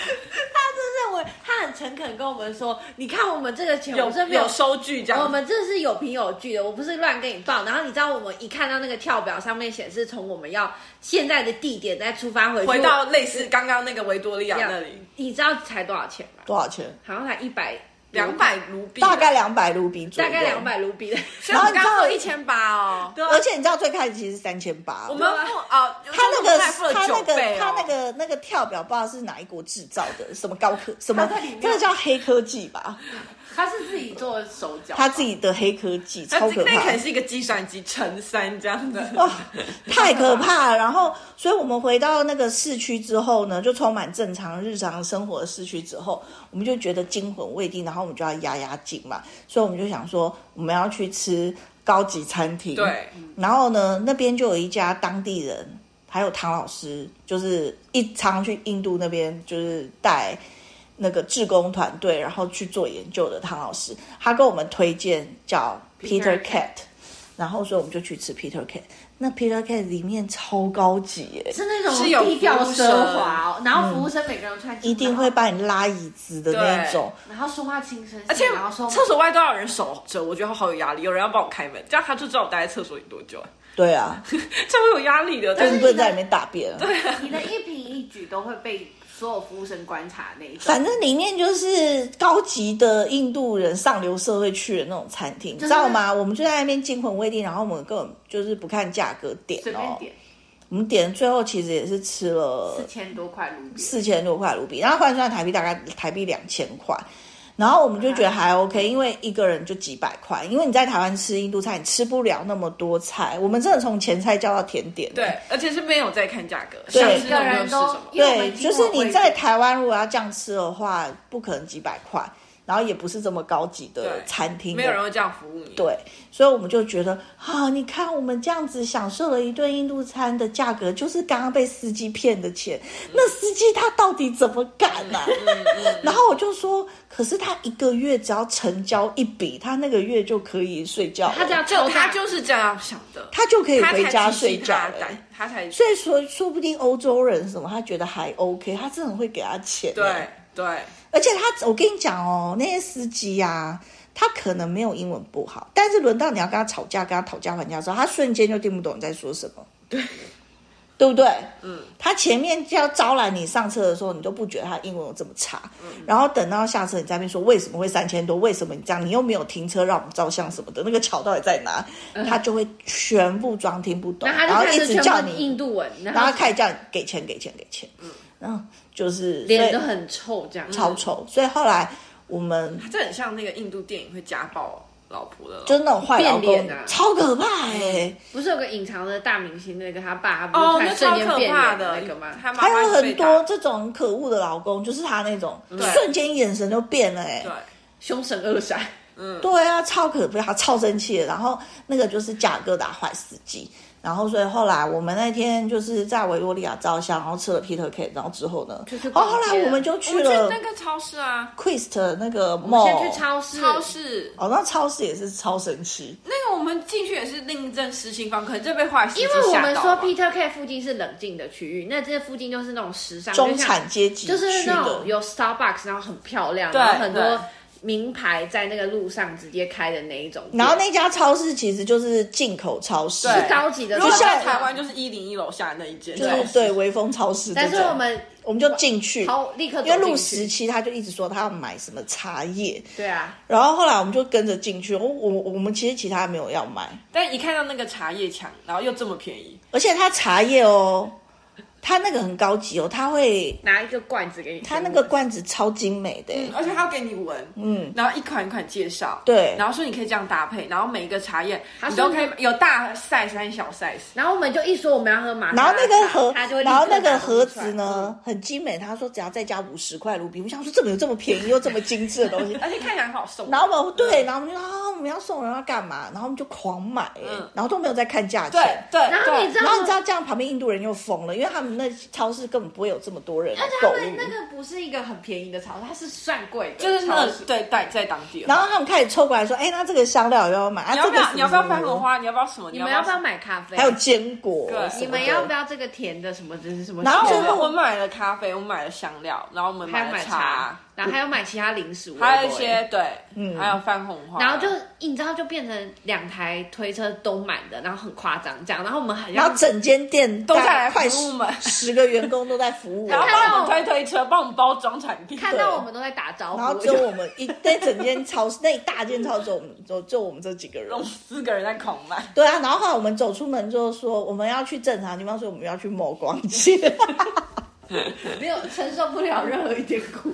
[SPEAKER 3] 认为他很诚恳跟我们说，你看我们这个钱，我
[SPEAKER 2] 有
[SPEAKER 3] 们这边
[SPEAKER 2] 有收据这样，
[SPEAKER 3] 我们这是有凭有据的，我不是乱跟你报。然后你知道，我们一看到那个跳表上面显示从我们要现在的地点再出发回去，
[SPEAKER 2] 回到类似刚刚那个维多利亚
[SPEAKER 3] 这样
[SPEAKER 2] 那里，
[SPEAKER 3] 你知道才多少钱吗？
[SPEAKER 1] 多少钱？
[SPEAKER 3] 好像才一百
[SPEAKER 2] 两，百卢比，
[SPEAKER 1] 大概两百卢比左
[SPEAKER 3] 大
[SPEAKER 1] 右，
[SPEAKER 3] 概两。百卢比的。
[SPEAKER 2] 所以我们刚刚
[SPEAKER 1] 然后
[SPEAKER 2] 说
[SPEAKER 1] 你
[SPEAKER 2] 一
[SPEAKER 1] 知道啊
[SPEAKER 2] 千八哦，对
[SPEAKER 1] 而且你知道最开始其实三千八，
[SPEAKER 2] 我们付啊，
[SPEAKER 1] 他那个
[SPEAKER 2] 付了
[SPEAKER 1] 他那
[SPEAKER 2] 九
[SPEAKER 1] 个
[SPEAKER 2] 倍哦，
[SPEAKER 1] 他那个那个跳表不知道是哪一国制造的，什么高科什么
[SPEAKER 2] 他在里面，
[SPEAKER 1] 这个叫黑科技吧？
[SPEAKER 3] 他是自己做手脚，
[SPEAKER 1] 他自己的黑科技
[SPEAKER 2] 那
[SPEAKER 1] 超
[SPEAKER 2] 啊这
[SPEAKER 1] 可
[SPEAKER 2] 那可
[SPEAKER 1] 怕
[SPEAKER 2] 能。是一个计算机乘三这样子，
[SPEAKER 1] 哦，太可怕了。然后，所以我们回到那个市区之后呢，就充满正常日常生活的市区之后，我们就觉得惊魂未定，然后我们就要压压惊嘛。所以我们就想说，我们要去吃高级餐厅。
[SPEAKER 2] [LAUGHS] 对。
[SPEAKER 3] 嗯
[SPEAKER 1] 然后呢，那边就有一家当地人，还有唐老师，就是一常去印度那边，就是带那个志工团队，然后去做研究的唐老师，他跟我们推荐叫 Peter
[SPEAKER 3] Peter
[SPEAKER 1] Cat，然后所以我们就去吃 Peter Cat。那 Peter Cat 里面超高级耶，
[SPEAKER 3] 是那种
[SPEAKER 2] 是有
[SPEAKER 3] 低调
[SPEAKER 2] 服务
[SPEAKER 3] 奢
[SPEAKER 2] 生
[SPEAKER 3] 华哦。然后服务生每个人穿
[SPEAKER 1] 一定会，把你拉椅子的那一种。
[SPEAKER 3] 然后说话轻声细，
[SPEAKER 2] 而且
[SPEAKER 3] 然后说
[SPEAKER 2] 厕所外都要有人守着，我觉得好有压力。有人要帮我开门，这样他就知道我待在厕所里多久，
[SPEAKER 1] 对啊，
[SPEAKER 2] [LAUGHS] 这样会有压力的。但
[SPEAKER 1] 就是你不能在里面大便啊。
[SPEAKER 3] 你的一颦一举都会被所有服务生观察那一种。
[SPEAKER 1] 反正里面就是高级的印度人上流社会去的那种餐厅，你知道吗？我们就在那边惊魂未定，然后我们根本就是不看价格点
[SPEAKER 3] 随便
[SPEAKER 1] 哦，
[SPEAKER 3] 点
[SPEAKER 1] 我们点最后其实也是吃了
[SPEAKER 3] 四千多块卢比，
[SPEAKER 1] 四千多块卢比，然后换算台币大概台币两千块。然后我们就觉得还
[SPEAKER 3] 啊
[SPEAKER 1] OK，因为一个人就几百块，因为你在台湾吃印度菜，你吃不了那么多菜。我们真的从前菜叫到甜点，
[SPEAKER 2] 对，而且是没有在看价格，
[SPEAKER 1] 对
[SPEAKER 2] 想吃什
[SPEAKER 3] 每个
[SPEAKER 2] 么就
[SPEAKER 3] 人
[SPEAKER 2] 吃
[SPEAKER 3] 都
[SPEAKER 2] 什么。
[SPEAKER 3] 因为我们
[SPEAKER 1] 对，
[SPEAKER 3] 已经
[SPEAKER 1] 就
[SPEAKER 3] 有
[SPEAKER 1] 是你
[SPEAKER 3] 味
[SPEAKER 1] 在
[SPEAKER 3] 觉
[SPEAKER 1] 台湾如果要这样吃的话，不可能几百块，然后也不是这么高级的
[SPEAKER 2] 对
[SPEAKER 1] 餐厅的，
[SPEAKER 2] 没有人会这样服务你。
[SPEAKER 1] 对，所以我们就觉得啊，你看我们这样子享受了一顿印度餐的价格，就是刚刚被司机骗的钱。
[SPEAKER 2] 嗯
[SPEAKER 1] 那司机他到底怎么敢呢、 [LAUGHS] 然后我就说，可是他一个月只要成交一笔，他那个月就可以睡觉了，
[SPEAKER 3] 他这样
[SPEAKER 2] 就
[SPEAKER 3] 抽
[SPEAKER 2] 他
[SPEAKER 3] 大
[SPEAKER 2] 就是这样想的，
[SPEAKER 1] 他就可以
[SPEAKER 2] 他
[SPEAKER 1] 回
[SPEAKER 2] 才
[SPEAKER 1] 家
[SPEAKER 2] 提
[SPEAKER 1] 睡
[SPEAKER 2] 起
[SPEAKER 1] 觉
[SPEAKER 2] 他
[SPEAKER 1] 了。
[SPEAKER 2] 胆，他才
[SPEAKER 1] 所以说，说不定欧洲人什么，他觉得还 OK，他真的会给他钱。
[SPEAKER 2] 对，对，
[SPEAKER 1] 而且他，我跟你讲哦，那些司机呀、他可能没有英文不好，但是轮到你要跟他吵架、跟他讨价还价的时候，他瞬间就听不懂你在说什么。 [LAUGHS] 对。对不对？嗯，他前面就要招揽你上车的时候，你都不觉得他英文有这么差，然后等到下车，你在那边说为什么会三千多，为什么你这样，你又没有停车让我们照相什么的，那个桥到底在哪？他就会全部装听不懂，
[SPEAKER 3] 然后他
[SPEAKER 1] 然后
[SPEAKER 3] 就开
[SPEAKER 1] 一
[SPEAKER 3] 始
[SPEAKER 1] 直
[SPEAKER 3] 全
[SPEAKER 1] 叫
[SPEAKER 3] 部
[SPEAKER 1] 你
[SPEAKER 3] 印度文，然
[SPEAKER 1] 然后
[SPEAKER 3] 后
[SPEAKER 1] 他开始叫你给钱、给钱、给钱，嗯，然后就是
[SPEAKER 3] 脸
[SPEAKER 1] 所
[SPEAKER 3] 都
[SPEAKER 1] 以
[SPEAKER 3] 很臭这样。
[SPEAKER 1] 超丑，所以后来我们
[SPEAKER 2] 这很像那个印度电影会家暴老婆的老公。
[SPEAKER 1] 就那种坏老
[SPEAKER 3] 变
[SPEAKER 1] 公，
[SPEAKER 3] 脸啊
[SPEAKER 1] 超可怕哎、
[SPEAKER 3] 不是有个隐藏的大明星，那个他爸，他
[SPEAKER 2] 哦，
[SPEAKER 3] 不是
[SPEAKER 2] 那
[SPEAKER 3] 看
[SPEAKER 2] 超
[SPEAKER 3] 瞬间
[SPEAKER 2] 可
[SPEAKER 3] 变
[SPEAKER 2] 怕
[SPEAKER 3] 脸
[SPEAKER 2] 的
[SPEAKER 3] 那个吗？
[SPEAKER 2] 他妈
[SPEAKER 1] 还
[SPEAKER 2] 妈
[SPEAKER 1] 有
[SPEAKER 2] 是被
[SPEAKER 1] 很
[SPEAKER 2] 打
[SPEAKER 1] 多这种可恶的老公，就是他那种瞬间眼神就变了哎、
[SPEAKER 2] 对，
[SPEAKER 3] 凶神恶煞，
[SPEAKER 2] 哦
[SPEAKER 1] 对啊，超可怕，超生气的。然后那个就是贾哥打坏司机，然后所以后来我们那天就是在维多利亚照相，然后吃了 Peter K，然后之后呢，
[SPEAKER 3] 就是
[SPEAKER 1] 哦
[SPEAKER 3] 逛街
[SPEAKER 1] 后来我们就
[SPEAKER 2] 我
[SPEAKER 1] 去
[SPEAKER 2] 们去
[SPEAKER 1] 了
[SPEAKER 2] 那个超市啊，
[SPEAKER 1] Quest 那个
[SPEAKER 3] 我
[SPEAKER 1] mall，
[SPEAKER 3] 先去超市，
[SPEAKER 2] 超市
[SPEAKER 1] 哦那超市也是超神奇，
[SPEAKER 2] 那个我们进去也是另一阵失心疯，可能就被坏死
[SPEAKER 3] 因为我
[SPEAKER 2] 吓
[SPEAKER 3] 们
[SPEAKER 2] 到
[SPEAKER 3] 说
[SPEAKER 2] 了
[SPEAKER 3] Peter K 附近是冷静的区域，那这附近就是那种时尚
[SPEAKER 1] 中
[SPEAKER 3] 就像
[SPEAKER 1] 产阶级
[SPEAKER 3] 就是
[SPEAKER 1] 去
[SPEAKER 3] 那
[SPEAKER 1] 的
[SPEAKER 3] 种。有 Starbucks，然后很漂亮，
[SPEAKER 2] 对
[SPEAKER 3] 然后很
[SPEAKER 2] 对
[SPEAKER 3] 多名牌在那个路上直接开的那一种店，
[SPEAKER 1] 然后那家超市其实就是进口超市，
[SPEAKER 2] 对
[SPEAKER 3] 是高级的，
[SPEAKER 2] 如果
[SPEAKER 1] 就像
[SPEAKER 2] 在台湾就是一零一楼下那一间，
[SPEAKER 1] 就是对微风超市这
[SPEAKER 3] 但
[SPEAKER 1] 种，
[SPEAKER 3] 是我们
[SPEAKER 1] 我们就进去，
[SPEAKER 3] 好立刻走
[SPEAKER 1] 因为录
[SPEAKER 3] 进
[SPEAKER 1] 时
[SPEAKER 3] 去，
[SPEAKER 1] 期他就一直说他要买什么茶叶，
[SPEAKER 3] 对啊，
[SPEAKER 1] 然后后来我们就跟着进去，我我我们其实其他没有要买，
[SPEAKER 2] 但一看到那个茶叶墙，然后又这么便宜，
[SPEAKER 1] 而且他茶叶哦，它那个很高级哦，它会
[SPEAKER 3] 拿一个罐子给你，
[SPEAKER 1] 它那个罐子超精美的、欸
[SPEAKER 2] 而且他要给你闻，嗯，然后一款一款介绍，
[SPEAKER 1] 对
[SPEAKER 2] 然后说你可以这样搭配，然后每一个茶叶
[SPEAKER 3] 他
[SPEAKER 2] 你
[SPEAKER 3] 说
[SPEAKER 2] 都可以有大 size 和小 size，？
[SPEAKER 3] 然后我们就一说我们要喝马莎
[SPEAKER 1] 然后那个盒
[SPEAKER 3] 他就会，立刻
[SPEAKER 1] 然后那
[SPEAKER 3] 拿
[SPEAKER 1] 个
[SPEAKER 3] 出
[SPEAKER 1] 盒
[SPEAKER 3] 来嗯
[SPEAKER 1] 子，呢很精美，他说只要再加五十块卢比，我想说怎么有这么便宜又这么精致的东西
[SPEAKER 2] 而且看起来很好送。
[SPEAKER 1] 然后我们对，然后我们就说啊，我们要送人要干嘛？然后我们就狂买、哎
[SPEAKER 2] 嗯
[SPEAKER 1] 然后都没有在看价
[SPEAKER 2] 对
[SPEAKER 1] 钱。
[SPEAKER 2] 对，
[SPEAKER 3] 然后你
[SPEAKER 2] 对
[SPEAKER 3] 知道
[SPEAKER 1] 然后你知道这样，旁边印度人又疯了，因为他们那超市根本不会有这么多人来
[SPEAKER 3] 而且
[SPEAKER 1] 购
[SPEAKER 3] 他
[SPEAKER 1] 物。
[SPEAKER 3] 们那个不是一个很便宜的超市，它是算贵的，
[SPEAKER 2] 就是那
[SPEAKER 3] 超
[SPEAKER 2] 个
[SPEAKER 3] 市
[SPEAKER 2] 对在在当地的，
[SPEAKER 1] 然后他们开始凑过来说：“哎、那这个香料要不要买？啊，
[SPEAKER 2] 你要
[SPEAKER 1] 这
[SPEAKER 2] 不
[SPEAKER 1] 个
[SPEAKER 2] 要
[SPEAKER 1] 什
[SPEAKER 2] 你要不要
[SPEAKER 1] 么
[SPEAKER 2] 番荷？花？你要不要什么？
[SPEAKER 3] 你们要不要
[SPEAKER 2] 什么？
[SPEAKER 3] 买咖啡？
[SPEAKER 1] 还有坚果
[SPEAKER 2] 对
[SPEAKER 1] 什么的，
[SPEAKER 3] 你们要不要这个甜的什么的什么？
[SPEAKER 1] 然后
[SPEAKER 2] 我
[SPEAKER 1] 最
[SPEAKER 2] 们
[SPEAKER 1] 后
[SPEAKER 2] 我们买了咖啡，我们买了香料，然后我们
[SPEAKER 3] 还有
[SPEAKER 2] 了
[SPEAKER 3] 买
[SPEAKER 2] 茶
[SPEAKER 3] 茶，，然后还有买其他零食，
[SPEAKER 2] 还有一
[SPEAKER 3] 我也
[SPEAKER 2] 些对，还有番红花，
[SPEAKER 3] 然后就你知道就变成两台推车都满的，然后很夸张这样，然后我们很
[SPEAKER 1] 然后整间店
[SPEAKER 2] 都
[SPEAKER 1] 大概
[SPEAKER 2] 在来
[SPEAKER 1] 快
[SPEAKER 2] 服
[SPEAKER 1] 十
[SPEAKER 2] 务我们
[SPEAKER 1] 十个员工都在服务我
[SPEAKER 2] 然后
[SPEAKER 1] 们，
[SPEAKER 2] 帮我们推推车，帮我们包装产品，
[SPEAKER 3] 看到我们都在打招呼，
[SPEAKER 1] 然后只有我们一那整间超市那一大间超市，我们就就我们这几个人
[SPEAKER 2] 我。们 [LAUGHS] 四个人在狂买。
[SPEAKER 1] 对啊，然后后来我们走出门就说我们要去正常地方，所以我们要去某逛街。
[SPEAKER 3] 我就没有承受不了任何一点
[SPEAKER 1] [LAUGHS]
[SPEAKER 3] 苦。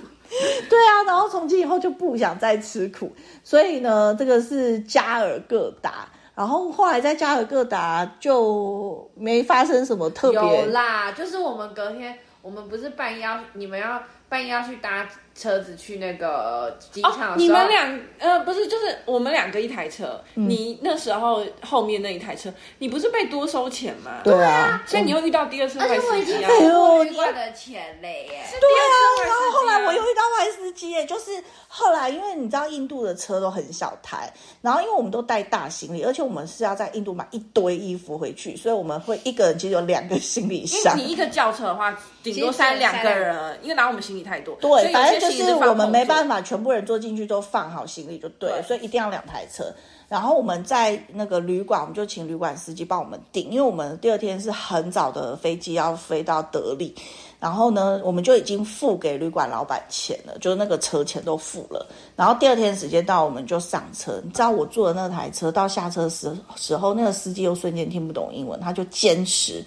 [SPEAKER 1] 对啊，然后从今以后就不想再吃苦，所以呢，这个是加尔各答。然后后来在加尔各答就没发生什么特别，
[SPEAKER 3] 有啦，就是我们隔天，我们不是半夜要你们要半夜要去搭车子去那个机场的时候、
[SPEAKER 2] 哦，你们两呃不是，就是我们两个一台车，你那时候后面那一台车，你不是被多收钱吗？
[SPEAKER 1] 对，啊，
[SPEAKER 2] 所以你又遇到第二次
[SPEAKER 3] 而
[SPEAKER 2] 坏
[SPEAKER 3] 且我
[SPEAKER 2] 司
[SPEAKER 3] 已经
[SPEAKER 2] 机啊
[SPEAKER 1] 哎。呦
[SPEAKER 3] 付旅馆的钱了耶。
[SPEAKER 1] 对啊，然后后
[SPEAKER 2] 第二次坏司机啊
[SPEAKER 1] 来我又遇到外司机耶，就是后来因为你知道印度的车都很小台，然后因为我们都带大行李，而且我们是要在印度买一堆衣服回去，所以我们会一个人其实有两个行李
[SPEAKER 2] 因为
[SPEAKER 1] 箱。
[SPEAKER 2] 你一个轿车的话，顶多塞两个人，因为拿我们行李太多。所以有
[SPEAKER 1] 对，
[SPEAKER 2] 些
[SPEAKER 1] 反正就
[SPEAKER 2] 行李
[SPEAKER 1] 是
[SPEAKER 2] 放
[SPEAKER 1] 我们没办
[SPEAKER 2] 后
[SPEAKER 1] 法全部人坐进去都放好行李就对了，
[SPEAKER 2] 对
[SPEAKER 1] 所以一定要两台车。然后我们在那个旅馆，我们就请旅馆司机帮我们订，因为我们第二天是很早的飞机要飞到德里，然后呢，我们就已经付给旅馆老板钱了，就是那个车钱都付了。然后第二天时间到，我们就上车。你知道我坐的那台车到下车时时候，那个司机又瞬间听不懂英文，他就坚持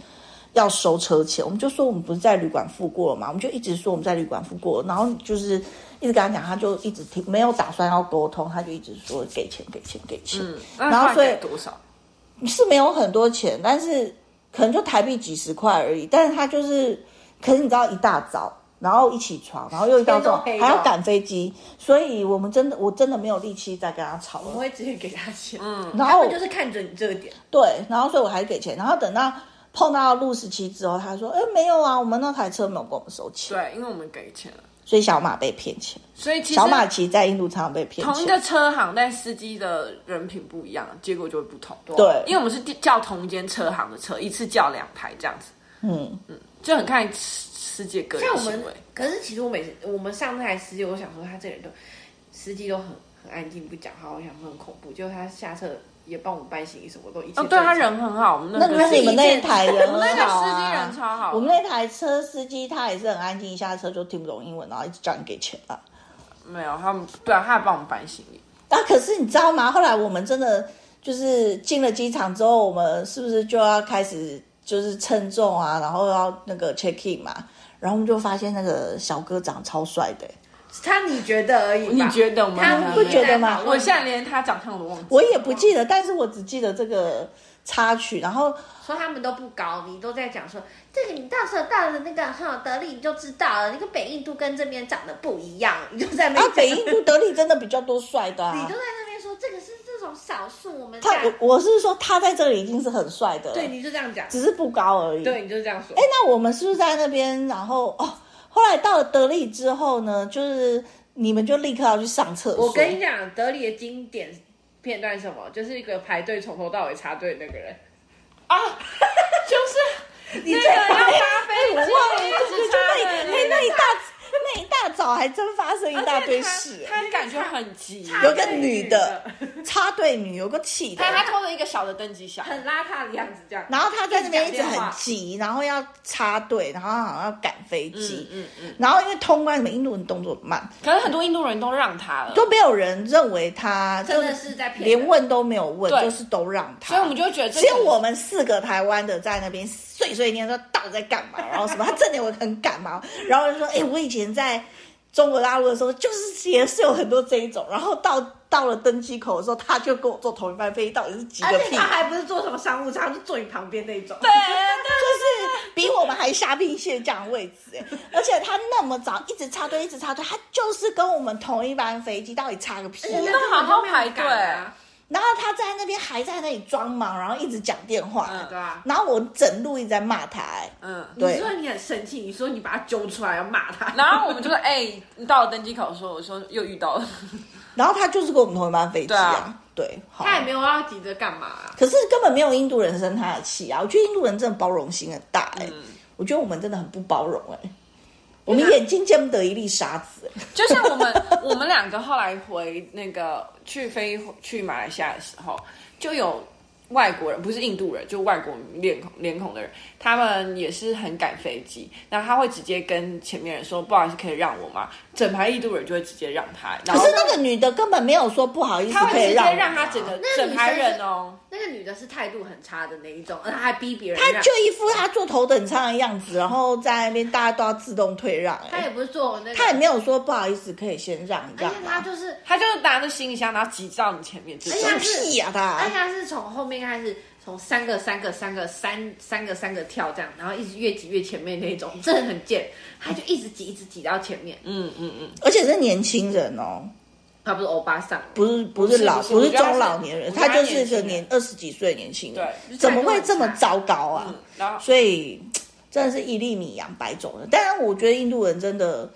[SPEAKER 1] 要收车钱，我们就说我们不是在旅馆付过了嘛，我们就一直说我们在旅馆付过了，然后就是一直跟他讲，他就一直听，没有打算要沟通，他就一直说给钱给钱给钱，
[SPEAKER 2] 面，嗯
[SPEAKER 1] 然后
[SPEAKER 2] 那
[SPEAKER 1] 所
[SPEAKER 2] 所
[SPEAKER 1] 以
[SPEAKER 2] 以多少？
[SPEAKER 1] 是没有很多钱，但是可能就台币几十块而已，但是他就是，可是你知道一大早。然后一起床，然后又遇到这种，
[SPEAKER 3] 天都黑
[SPEAKER 1] 还
[SPEAKER 3] 了
[SPEAKER 1] 要赶飞机，所以我们真的，我真的没有力气再跟他吵
[SPEAKER 3] 我
[SPEAKER 1] 了。
[SPEAKER 3] 会直接给他钱，嗯，
[SPEAKER 1] 然
[SPEAKER 3] 他
[SPEAKER 1] 后
[SPEAKER 3] 们就是看准你这个点，
[SPEAKER 1] 对，然后所以我还是给钱。然后等到碰到路时期之后，他说：“哎，没有啊，我们那台车没有跟我们收钱。”
[SPEAKER 2] 对，因为我们给钱了，
[SPEAKER 1] 所以小马被骗钱。
[SPEAKER 2] 所以其实
[SPEAKER 1] 小马其实在印度常常被骗
[SPEAKER 2] 同一
[SPEAKER 1] 钱。
[SPEAKER 2] 个车行，但司机的人品不一样，结果就会不同。
[SPEAKER 1] 对
[SPEAKER 2] 因为我们是叫同一间车行的车，一次叫两台这样子。
[SPEAKER 1] 嗯
[SPEAKER 2] 嗯，就很看司机个
[SPEAKER 3] 像
[SPEAKER 2] 人
[SPEAKER 3] 我
[SPEAKER 2] 行欸
[SPEAKER 3] 们
[SPEAKER 2] 为。，
[SPEAKER 3] 可是其实我每次我们上那台司机，我想说他这个人都司机都很很安静不讲话，我想说很恐怖。结果他下车也帮我们搬行李，什么都一切
[SPEAKER 2] 哦，对他
[SPEAKER 3] 正常
[SPEAKER 2] 人很好，我们
[SPEAKER 1] 那
[SPEAKER 2] 那
[SPEAKER 1] 个
[SPEAKER 2] 个
[SPEAKER 1] 是你们那一台人
[SPEAKER 2] 啊我们
[SPEAKER 1] 很
[SPEAKER 2] 那台
[SPEAKER 1] 好
[SPEAKER 2] 司机
[SPEAKER 1] 啊
[SPEAKER 2] 人超好，
[SPEAKER 1] 我们那台车司机他也是很安静，一下车就听不懂英文，然后一直叫你给钱啊。
[SPEAKER 2] 没有他们，对啊，他还帮我们搬行李。
[SPEAKER 1] 那、啊可是你知道吗？后来我们真的就是进了机场之后，我们是不是就要开始就是称重啊，然后要那个 check in 嘛？然后我们就发现那个小哥长超帅的欸、
[SPEAKER 3] 他你觉得而已吧，
[SPEAKER 2] 你觉得我们
[SPEAKER 3] 他
[SPEAKER 2] 很
[SPEAKER 1] 不觉得吗
[SPEAKER 2] 我现在连他长相我都忘记了，
[SPEAKER 1] 我也不记得，但是我只记得这个插曲。然后啊
[SPEAKER 3] 说他们都不高，你都在讲说这个你到时候到了那个哈德里你就知道了，那个北印度跟这边长得不一样，你就在那
[SPEAKER 1] 啊
[SPEAKER 3] 边，
[SPEAKER 1] 北印度德里真的比较多帅的啊。
[SPEAKER 3] [LAUGHS] 你就在那边说这个是这种少数，我们
[SPEAKER 1] 他
[SPEAKER 3] 家
[SPEAKER 1] 我我是说他在这里已经是很帅的了，
[SPEAKER 3] 对，你就这样讲，
[SPEAKER 1] 只是不高而已。
[SPEAKER 3] 对，你就这样说。
[SPEAKER 1] 哎，那我们是不是在那边？然后哦，后来到了德里之后呢，就是你们就立刻要去上厕所。
[SPEAKER 3] 我跟你讲，德里的经典片段是什么？就是一个排队从头到尾插队的那个人，
[SPEAKER 2] 啊， [LAUGHS] 就是
[SPEAKER 1] 你
[SPEAKER 2] 那
[SPEAKER 1] 最
[SPEAKER 2] 个要
[SPEAKER 1] 讨厌
[SPEAKER 2] 搭飞，哎我
[SPEAKER 1] 我忘了，
[SPEAKER 2] 一直
[SPEAKER 1] 就那
[SPEAKER 2] 搭的
[SPEAKER 1] 哎那那一大那一大早还真发生一大堆事
[SPEAKER 2] 而且。他他感觉很急，
[SPEAKER 1] [LAUGHS] 有个女的，插队女有个气的。
[SPEAKER 2] 但他拖着一个小的登机箱，
[SPEAKER 3] 很邋遢的样子这样。
[SPEAKER 1] 然后他在那边一直
[SPEAKER 3] 一直讲电
[SPEAKER 1] 很
[SPEAKER 3] 话
[SPEAKER 1] 急，然后要插队，然后好像要赶飞机，
[SPEAKER 2] 嗯嗯。
[SPEAKER 1] 然后因为通关，你们印度人动作慢，
[SPEAKER 2] 可是很多印度人都让他了，
[SPEAKER 1] 都没有人认为他
[SPEAKER 3] 真
[SPEAKER 1] 就
[SPEAKER 3] 的是在骗人
[SPEAKER 1] 连问都没有问，
[SPEAKER 2] 对
[SPEAKER 1] 就是都让他。
[SPEAKER 2] 所以我们就会觉得这
[SPEAKER 1] 只有
[SPEAKER 2] 可能
[SPEAKER 1] 我们四个台湾的在那边碎碎念说到底在干
[SPEAKER 3] [LAUGHS]
[SPEAKER 1] 嘛，然后什么他真的有很感冒，然后就说哎、我以前在中国大陆的时候就是也是有很多这一种，然后到到了登机口的时候他就跟我坐同一班飞机，到底是急
[SPEAKER 3] 而
[SPEAKER 1] 个
[SPEAKER 3] 且
[SPEAKER 1] 屁
[SPEAKER 3] 他，还不是坐什么商务舱，就坐你旁边那一种。 [LAUGHS]
[SPEAKER 2] 对对
[SPEAKER 1] 就是比我们还虾兵蟹将的位
[SPEAKER 3] [LAUGHS]
[SPEAKER 1] 置，哎而且他那么早一直插队一直插队，他就是跟我们同一班飞机，到底插个屁
[SPEAKER 3] 而且
[SPEAKER 1] 呀、
[SPEAKER 3] 根本就没有啊
[SPEAKER 2] 我们好好排
[SPEAKER 1] 然后他在那边还在那里装忙，然后一直讲电话，
[SPEAKER 2] 嗯
[SPEAKER 3] 对啊。
[SPEAKER 1] 然后我整路一直在骂他、哎
[SPEAKER 2] 嗯。
[SPEAKER 1] 对
[SPEAKER 3] 你说你很生气，你说你把他揪出来要骂
[SPEAKER 2] [LAUGHS]
[SPEAKER 3] 他，
[SPEAKER 2] 然后我们就说，哎、你到了登机口的时候，我说又遇
[SPEAKER 3] [LAUGHS]
[SPEAKER 2] 到了，
[SPEAKER 1] 然后他就是跟我们同一班飞机
[SPEAKER 2] 对
[SPEAKER 1] 啊
[SPEAKER 2] 啊，
[SPEAKER 1] 对，好。
[SPEAKER 3] 哎他也没有要急着干嘛啊、
[SPEAKER 1] 可是根本没有印度人生他的气啊！我觉得印度人真的包容心很大哎、
[SPEAKER 2] 嗯啊
[SPEAKER 1] 我觉得我们真的很不包容哎、我们眼睛见不得一粒沙子、哎
[SPEAKER 2] 就像我们我们两个后来回那个去飞去马来西亚的时候，就有外国人，不是印度人，就外国脸孔脸孔的人，他们也是很赶飞机，然后他会直接跟前面人说，不好意思，可以让我吗？整排印度人就会直接让他，然
[SPEAKER 1] 可
[SPEAKER 2] 后
[SPEAKER 1] 是那个啊女的根本没有说不好意思
[SPEAKER 2] 他，会
[SPEAKER 1] 可以
[SPEAKER 2] 直接
[SPEAKER 1] 让我
[SPEAKER 2] 让他整个
[SPEAKER 3] 那女
[SPEAKER 2] 整排
[SPEAKER 3] 生
[SPEAKER 2] 人
[SPEAKER 3] 是
[SPEAKER 2] 哦，
[SPEAKER 3] 那个女的是态度很差的那一种，而呃她还逼别人
[SPEAKER 1] 他
[SPEAKER 3] 让
[SPEAKER 1] 就一副他坐头等舱的样子，然后在那边大家都要自动退让、
[SPEAKER 3] 她也
[SPEAKER 1] 哎，
[SPEAKER 3] 不是做那个，
[SPEAKER 1] 他也没有说不好意思，可以先让一
[SPEAKER 3] 而
[SPEAKER 1] 让
[SPEAKER 3] 且她
[SPEAKER 1] 啊，
[SPEAKER 3] 就是，
[SPEAKER 2] 他就拿着行李箱，然后挤到你前面之类
[SPEAKER 3] 而且
[SPEAKER 2] 的，
[SPEAKER 1] 是屁呀、他
[SPEAKER 3] 而且哎她是从后面开始，从三个三个三个三三个三个跳这样，然后一直越挤越前面那一种，真的很贱，她就一直挤一直挤到前面，
[SPEAKER 2] 嗯嗯嗯，
[SPEAKER 1] 而且是年轻人哦，
[SPEAKER 3] 她不是欧巴桑，
[SPEAKER 1] 不是不是
[SPEAKER 2] 不是
[SPEAKER 1] 老
[SPEAKER 2] 不是
[SPEAKER 1] 不
[SPEAKER 2] 我
[SPEAKER 1] 是
[SPEAKER 2] 觉得他
[SPEAKER 1] 中
[SPEAKER 2] 是
[SPEAKER 1] 老年人，
[SPEAKER 2] 我觉得
[SPEAKER 1] 他
[SPEAKER 2] 他
[SPEAKER 1] 就是
[SPEAKER 2] 年
[SPEAKER 1] 一个
[SPEAKER 2] 轻人
[SPEAKER 1] 年二十几岁的年轻人，
[SPEAKER 2] 对
[SPEAKER 1] 怎么会这么糟糕啊
[SPEAKER 2] 嗯？，然后
[SPEAKER 1] 所以真的是一粒米养百种人。当然，我觉得印度人真的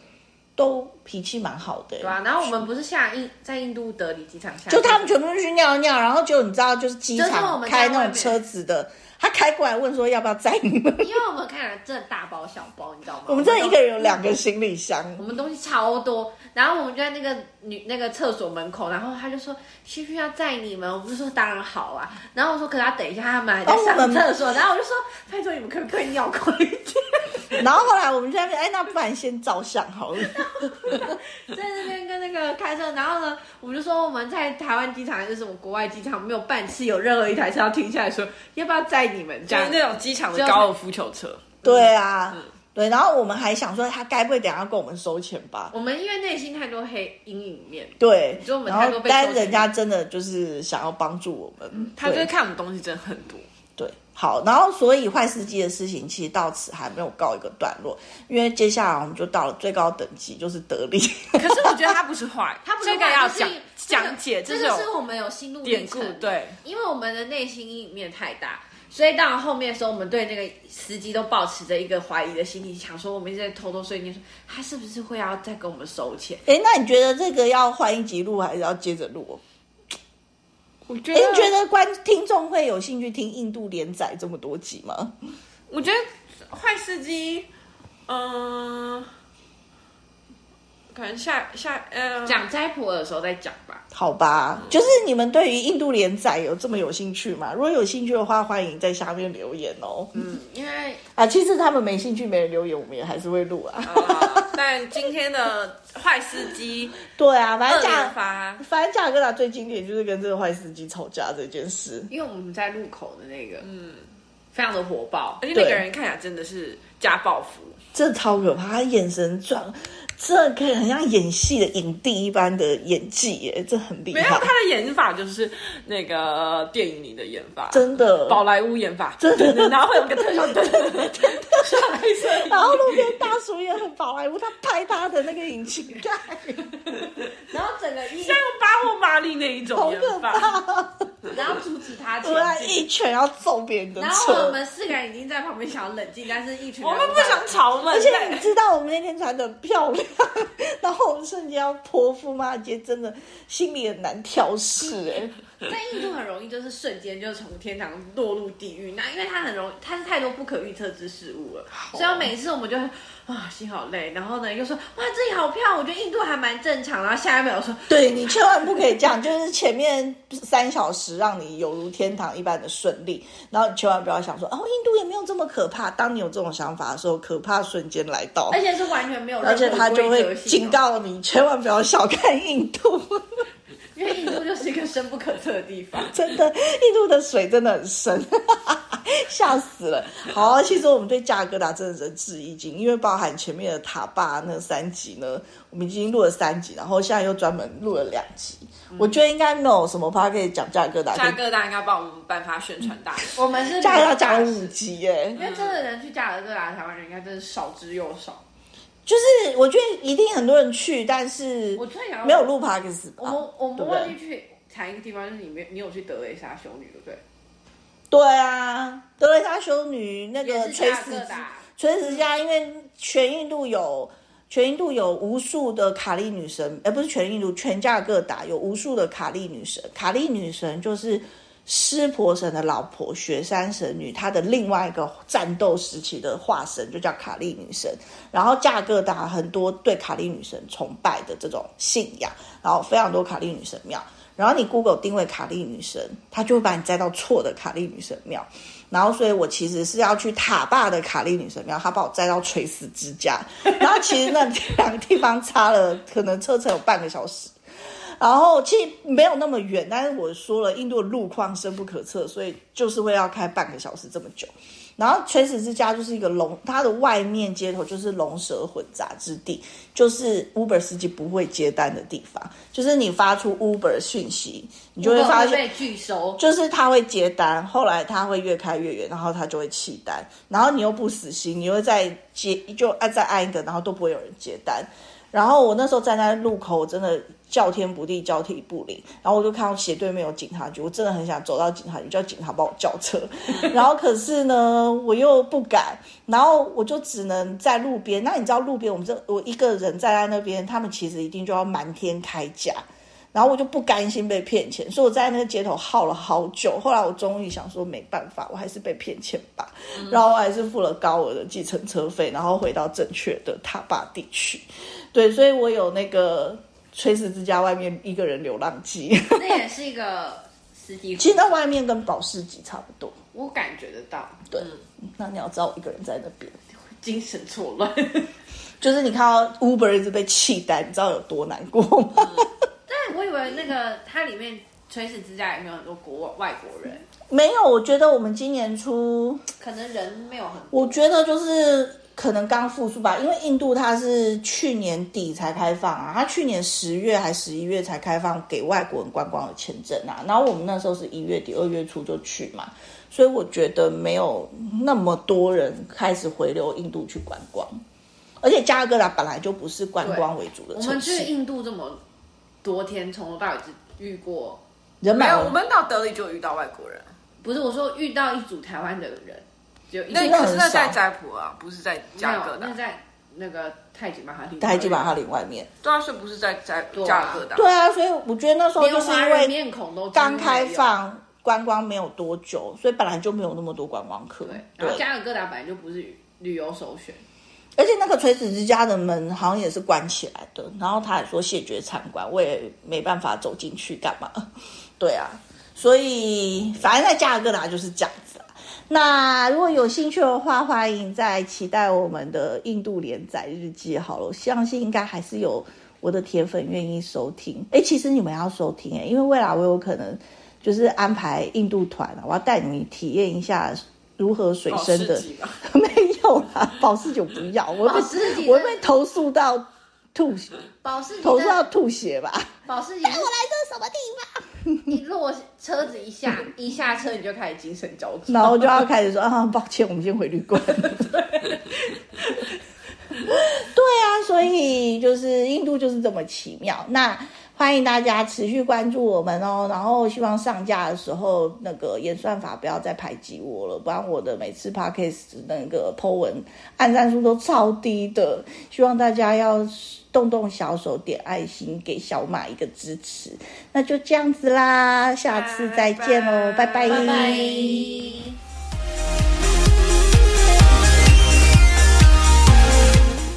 [SPEAKER 1] 都脾气蛮好的、欸
[SPEAKER 3] 对吧、然后我们不是下印在印度德里机场下，
[SPEAKER 1] 就他们全部去尿尿，然后就你知道，就是机
[SPEAKER 3] 就是我
[SPEAKER 1] 场
[SPEAKER 3] 们在
[SPEAKER 1] 开那
[SPEAKER 3] 外
[SPEAKER 1] 种
[SPEAKER 3] 面
[SPEAKER 1] 车子的，他开过来问说要不要载你们。
[SPEAKER 3] 因为我们看了真的大包小包，你知道吗？
[SPEAKER 1] 我们这一个人有
[SPEAKER 3] 都
[SPEAKER 1] 两个行李
[SPEAKER 3] [LAUGHS]
[SPEAKER 1] 箱，
[SPEAKER 3] 我们东西超多，然后我们就在那个女那个厕所门口，然后他就说需不需要载你们？我们说当然好啊，然后我说可是他等一下他们还在
[SPEAKER 1] 哦我们
[SPEAKER 3] 上厕所，然后我就说拜托你们可不可以尿快一点？
[SPEAKER 1] 然后后来我们就在那边，哎，那不然先照相好了。
[SPEAKER 3] 在那边跟那个开车，然后呢，我们就说我们在台湾机场还是什么国外机场没有半次有任何一台车要停下来说要不要载你们
[SPEAKER 2] 就是
[SPEAKER 3] 这样。
[SPEAKER 2] 那种机场的高尔夫球车，
[SPEAKER 1] 对啊，对，然后我们还想说，他该不会等一下跟我们收钱吧？
[SPEAKER 3] 我们因为内心太多黑阴影面，
[SPEAKER 1] 对，
[SPEAKER 3] 就我们
[SPEAKER 1] 然
[SPEAKER 3] 太
[SPEAKER 1] 后
[SPEAKER 3] 多被
[SPEAKER 1] 但
[SPEAKER 3] 收钱嗯
[SPEAKER 1] 人家真的就是想要帮助我们，
[SPEAKER 2] 他就是
[SPEAKER 1] 对
[SPEAKER 2] 看我们东西真的很多。 [LAUGHS]
[SPEAKER 1] 对好，然后所以坏司机的事情其实到此还没有告一个段落，因为接下来我们就到了最高等级，就是德 [LAUGHS] 里。
[SPEAKER 2] 可是我觉得他不是坏，
[SPEAKER 3] 他不是
[SPEAKER 2] 这个要
[SPEAKER 3] 就是
[SPEAKER 2] 讲讲解
[SPEAKER 3] 这
[SPEAKER 2] 这
[SPEAKER 3] 个
[SPEAKER 2] 种
[SPEAKER 3] 这个是我们有心路历
[SPEAKER 2] 典故
[SPEAKER 3] 程，
[SPEAKER 2] 对，
[SPEAKER 3] 因为我们的内心阴影面太大，所以到后面的时候，我们对那个司机都保持着一个怀疑的心理，想说我们一直在偷偷碎念说他是不是会要再跟我们收钱？
[SPEAKER 1] 哎，那你觉得这个要换一集录，还是要接着录？
[SPEAKER 2] 我觉
[SPEAKER 1] 哎，你觉得观听众会有兴趣听印度连载这么多集吗？
[SPEAKER 2] 我觉得坏司机，嗯、可能下下呃，
[SPEAKER 3] 讲斋普洱的时候再讲吧。
[SPEAKER 1] 好吧，就是你们对于印度连载有这么有兴趣吗？如果有兴趣的话，欢迎在下面留言哦。
[SPEAKER 3] 嗯，因为
[SPEAKER 1] 啊，其实他们没兴趣，没人留言，我们也还是会录啊。
[SPEAKER 2] 呃但今天的坏司 [LAUGHS] 机
[SPEAKER 1] [LAUGHS] 对啊，反
[SPEAKER 2] 二
[SPEAKER 1] 正讲
[SPEAKER 2] 连发，
[SPEAKER 1] 反正贾格达最经典就是跟这个坏司机吵架这件事。
[SPEAKER 3] 因为我们在路口的那个，嗯，非常的火爆
[SPEAKER 2] 而。且
[SPEAKER 1] 对
[SPEAKER 2] 那个人看起来真的是家暴夫，
[SPEAKER 1] 这超可怕，他眼神转，这可以很像演戏的影帝一般的演技耶，这很厉
[SPEAKER 2] 没有他
[SPEAKER 1] 害，
[SPEAKER 2] 的演法就是那个电影里的演法，
[SPEAKER 1] 真的。
[SPEAKER 2] 宝莱坞演法，
[SPEAKER 1] 真的
[SPEAKER 2] 然后会有个特效灯，下来一声音
[SPEAKER 1] 然后路边大叔也很宝莱坞，他拍他的那个引擎 [LAUGHS] 盖，
[SPEAKER 3] 然后整个一，
[SPEAKER 2] 像巴霍巴利那一种
[SPEAKER 1] 好
[SPEAKER 2] 演
[SPEAKER 1] 可
[SPEAKER 2] 法，
[SPEAKER 1] 怕！
[SPEAKER 3] 然后阻止其他前
[SPEAKER 1] 突然
[SPEAKER 3] 进
[SPEAKER 1] 一拳要揍别人的
[SPEAKER 3] 然后我
[SPEAKER 1] 车。
[SPEAKER 3] 们四个人已经在旁边想要冷静，但是一群人
[SPEAKER 2] 我们不想吵
[SPEAKER 1] 而
[SPEAKER 2] 门
[SPEAKER 1] 且你
[SPEAKER 2] 欸，
[SPEAKER 1] 知道我们那天穿的漂亮， [LAUGHS] 然后我们瞬间要泼妇骂街，真的心里很难调试哎、
[SPEAKER 3] 在印度很容易就是瞬间就从天堂落入地狱，那因为它很容易，它是太多不可预测之事物了，
[SPEAKER 1] 哦
[SPEAKER 3] 所以每次我们就会啊心好累，然后呢又说哇这里好漂亮，我觉得印度还蛮正常，然后下一秒说
[SPEAKER 1] 对你千万不可以这样，就是前面三小时让你有如天堂一般的顺利，然后你千万不要想说哦，印度也没有这么可怕。当你有这种想法的时候，可怕瞬间来到
[SPEAKER 3] 而，且是完全没有任何
[SPEAKER 1] 而且他就会
[SPEAKER 3] 规则性
[SPEAKER 1] 警
[SPEAKER 3] 哦，
[SPEAKER 1] 告你，千万不要小看印度，
[SPEAKER 3] 因为印度就是一个深不可测的地方。
[SPEAKER 1] 真的，印度的水真的很深。 [LAUGHS] 吓死了！好，啊其实我们对加尔各答真的仁至义尽，因为包含前面的塔坝那三集呢，我们已经录了三集，然后现在又专门录了两集。
[SPEAKER 3] 嗯
[SPEAKER 1] 我觉得应该没有什么 p a 可以讲加尔各啊答，可
[SPEAKER 2] 大
[SPEAKER 1] 以
[SPEAKER 2] 哥大应该帮我们颁发宣传大使。
[SPEAKER 3] 我
[SPEAKER 1] [LAUGHS]
[SPEAKER 3] 们是
[SPEAKER 1] 加要讲五集耶，
[SPEAKER 3] 因为真的人去加尔各答，啊台湾人应该真是少之又少。
[SPEAKER 1] 就是我觉得一定很多人去，但是
[SPEAKER 3] 我突然想到
[SPEAKER 1] 没有录 podcast
[SPEAKER 3] 我
[SPEAKER 1] 吧
[SPEAKER 3] 们我们
[SPEAKER 1] 对不
[SPEAKER 3] 忘记
[SPEAKER 1] 对？
[SPEAKER 3] 去谈一个地方，就是你没你有去德雷莎修女，对不对？
[SPEAKER 1] 对啊，德雷莎修女那
[SPEAKER 3] 也
[SPEAKER 1] 个
[SPEAKER 3] 是
[SPEAKER 1] 垂
[SPEAKER 3] 加尔
[SPEAKER 1] 死
[SPEAKER 3] 各
[SPEAKER 1] 之
[SPEAKER 3] 答。
[SPEAKER 1] 垂死之家，因为全印度有。全印度有无数的卡利女神，呃，不是全印度，全加尔各答有无数的卡利女神。卡利女神就是湿婆神的老婆雪山神女，她的另外一个战斗时期的化身就叫卡利女神。然后加尔各答很多对卡利女神崇拜的这种信仰，然后非常多卡利女神庙。然后你 Google 定位卡利女神，它就会把你载到错的卡利女神庙。然后，所以我其实是要去塔坝的卡利女神庙，她把我载到垂死之家。 [LAUGHS] 然后其实那两个地方差了，可能车程有半个小时。然后其实没有那么远，但是我说了，印度的路况深不可测，所以就是会要开半个小时这么久。然后垂死之家就是一个龙，它的外面街头就是龙蛇混杂之地，就是 Uber 司机不会接单的地方，就是你发出 Uber 讯息，你就会发现
[SPEAKER 3] 被拒收，
[SPEAKER 1] 就是他会接单，后来他会越开越远，然后他就会弃单，然后你又不死心，你又再接就按再按一个，然后都不会有人接单。然后我那时候站在路口，我真的叫天不地，叫地不灵。然后我就看到斜对面有警察局，我真的很想走到警察局叫警察帮我叫车。 [LAUGHS] 然后可是呢，我又不敢，然后我就只能在路边。那你知道路边我们这我一个人站在那边，他们其实一定就要瞒天开价。然后我就不甘心被骗钱，所以我在那个街头耗了好久。后来我终于想说没办法，我还是被骗钱吧。然后我还是付了高额的计程车费，然后回到正确的塔坝地区。对，所以我有那个垂死之家外面一个人流浪记， [LAUGHS]
[SPEAKER 3] 那也是一个司机。
[SPEAKER 1] 其实那外面跟保时捷差不多。
[SPEAKER 3] 我感觉得到
[SPEAKER 1] 对，那你要知道我一个人在那边，
[SPEAKER 3] 精神错
[SPEAKER 1] [LAUGHS]
[SPEAKER 3] 乱，
[SPEAKER 1] 就是你看到 Uber 一直被弃单，你知道有多难过吗？ [LAUGHS]
[SPEAKER 3] 但我以为那个它里面垂死之家里面有很多国外国人，
[SPEAKER 1] 没有，我觉得我们今年初
[SPEAKER 3] 可能人没有很
[SPEAKER 1] 我觉得就是可能刚复苏吧，因为印度它是去年底才开放啊，它去年十月还十一月才开放给外国人观光的签证啊，然后我们那时候是一月底二月初就去嘛，所以我觉得没有那么多人开始回流印度去观光，而且加尔各答本来就不是观光为主的
[SPEAKER 3] 我们
[SPEAKER 1] 城
[SPEAKER 3] 去
[SPEAKER 1] 市，
[SPEAKER 3] 印度这么多天，从头到尾只遇过，
[SPEAKER 1] 人
[SPEAKER 2] 没
[SPEAKER 1] 满
[SPEAKER 2] 有，
[SPEAKER 1] 为
[SPEAKER 2] 我们到德里就有遇到外国人，
[SPEAKER 3] 不是我说遇到一组台湾的人，只有一
[SPEAKER 2] 那
[SPEAKER 1] 那
[SPEAKER 2] 可
[SPEAKER 1] 很
[SPEAKER 2] 是那在
[SPEAKER 1] 少
[SPEAKER 2] 斋普啊，不是在
[SPEAKER 3] 没
[SPEAKER 2] 加尔
[SPEAKER 3] 有
[SPEAKER 2] 各，答
[SPEAKER 3] 那。在那个泰姬玛哈里，
[SPEAKER 1] 台基马哈林外面，
[SPEAKER 2] 对啊，所以不是在在
[SPEAKER 3] 对啊
[SPEAKER 2] 加尔各答。
[SPEAKER 1] 对啊，所以我觉得那时候就
[SPEAKER 3] 连
[SPEAKER 1] 是
[SPEAKER 3] 华
[SPEAKER 1] 因
[SPEAKER 3] 人
[SPEAKER 1] 为
[SPEAKER 3] 面孔都
[SPEAKER 1] 刚开放观光没有多久，所以本来就没有那么多观光客。
[SPEAKER 3] 对，然后加尔各答本来就不是旅游首选，
[SPEAKER 1] 而且那个垂死之家的门好像也是关起来的，然后他还说谢绝参观，我也没办法走进去干嘛。 [LAUGHS] 对啊，所以反正在加尔各答就是这样子啊。那如果有兴趣的话，欢迎再期待我们的印度连载日记好了，我相信应该还是有我的铁粉愿意收听。哎，其实你们要收听哎、因为未来我有可能就是安排印度团啊，我要带你们体验一下如何水
[SPEAKER 2] 保
[SPEAKER 1] 深
[SPEAKER 2] 时
[SPEAKER 1] 的。
[SPEAKER 2] 捷吧，
[SPEAKER 1] [LAUGHS] 没有啦，保时捷不要，我
[SPEAKER 3] 保
[SPEAKER 1] 会
[SPEAKER 3] 时捷
[SPEAKER 1] 被我会被投诉到吐血，
[SPEAKER 3] 保时捷
[SPEAKER 1] 投诉到吐血吧？
[SPEAKER 3] 保时捷是
[SPEAKER 1] 哎来这什么地方？
[SPEAKER 3] 一落车子一下一下车你就开始精神焦躁，
[SPEAKER 1] [LAUGHS] 然后就要开始说啊，抱歉，我们先回旅馆。啊，所以就是印度就是这么奇妙。那欢迎大家持续关注我们哦，然后希望上架的时候那个演算法不要再排挤我了，不然我的每次 podcast 那个 po 文按赞数都超低的。希望大家要动动小手，点爱心给小马一个支持。那就这样子啦，下次再见喽，哦拜
[SPEAKER 3] 拜拜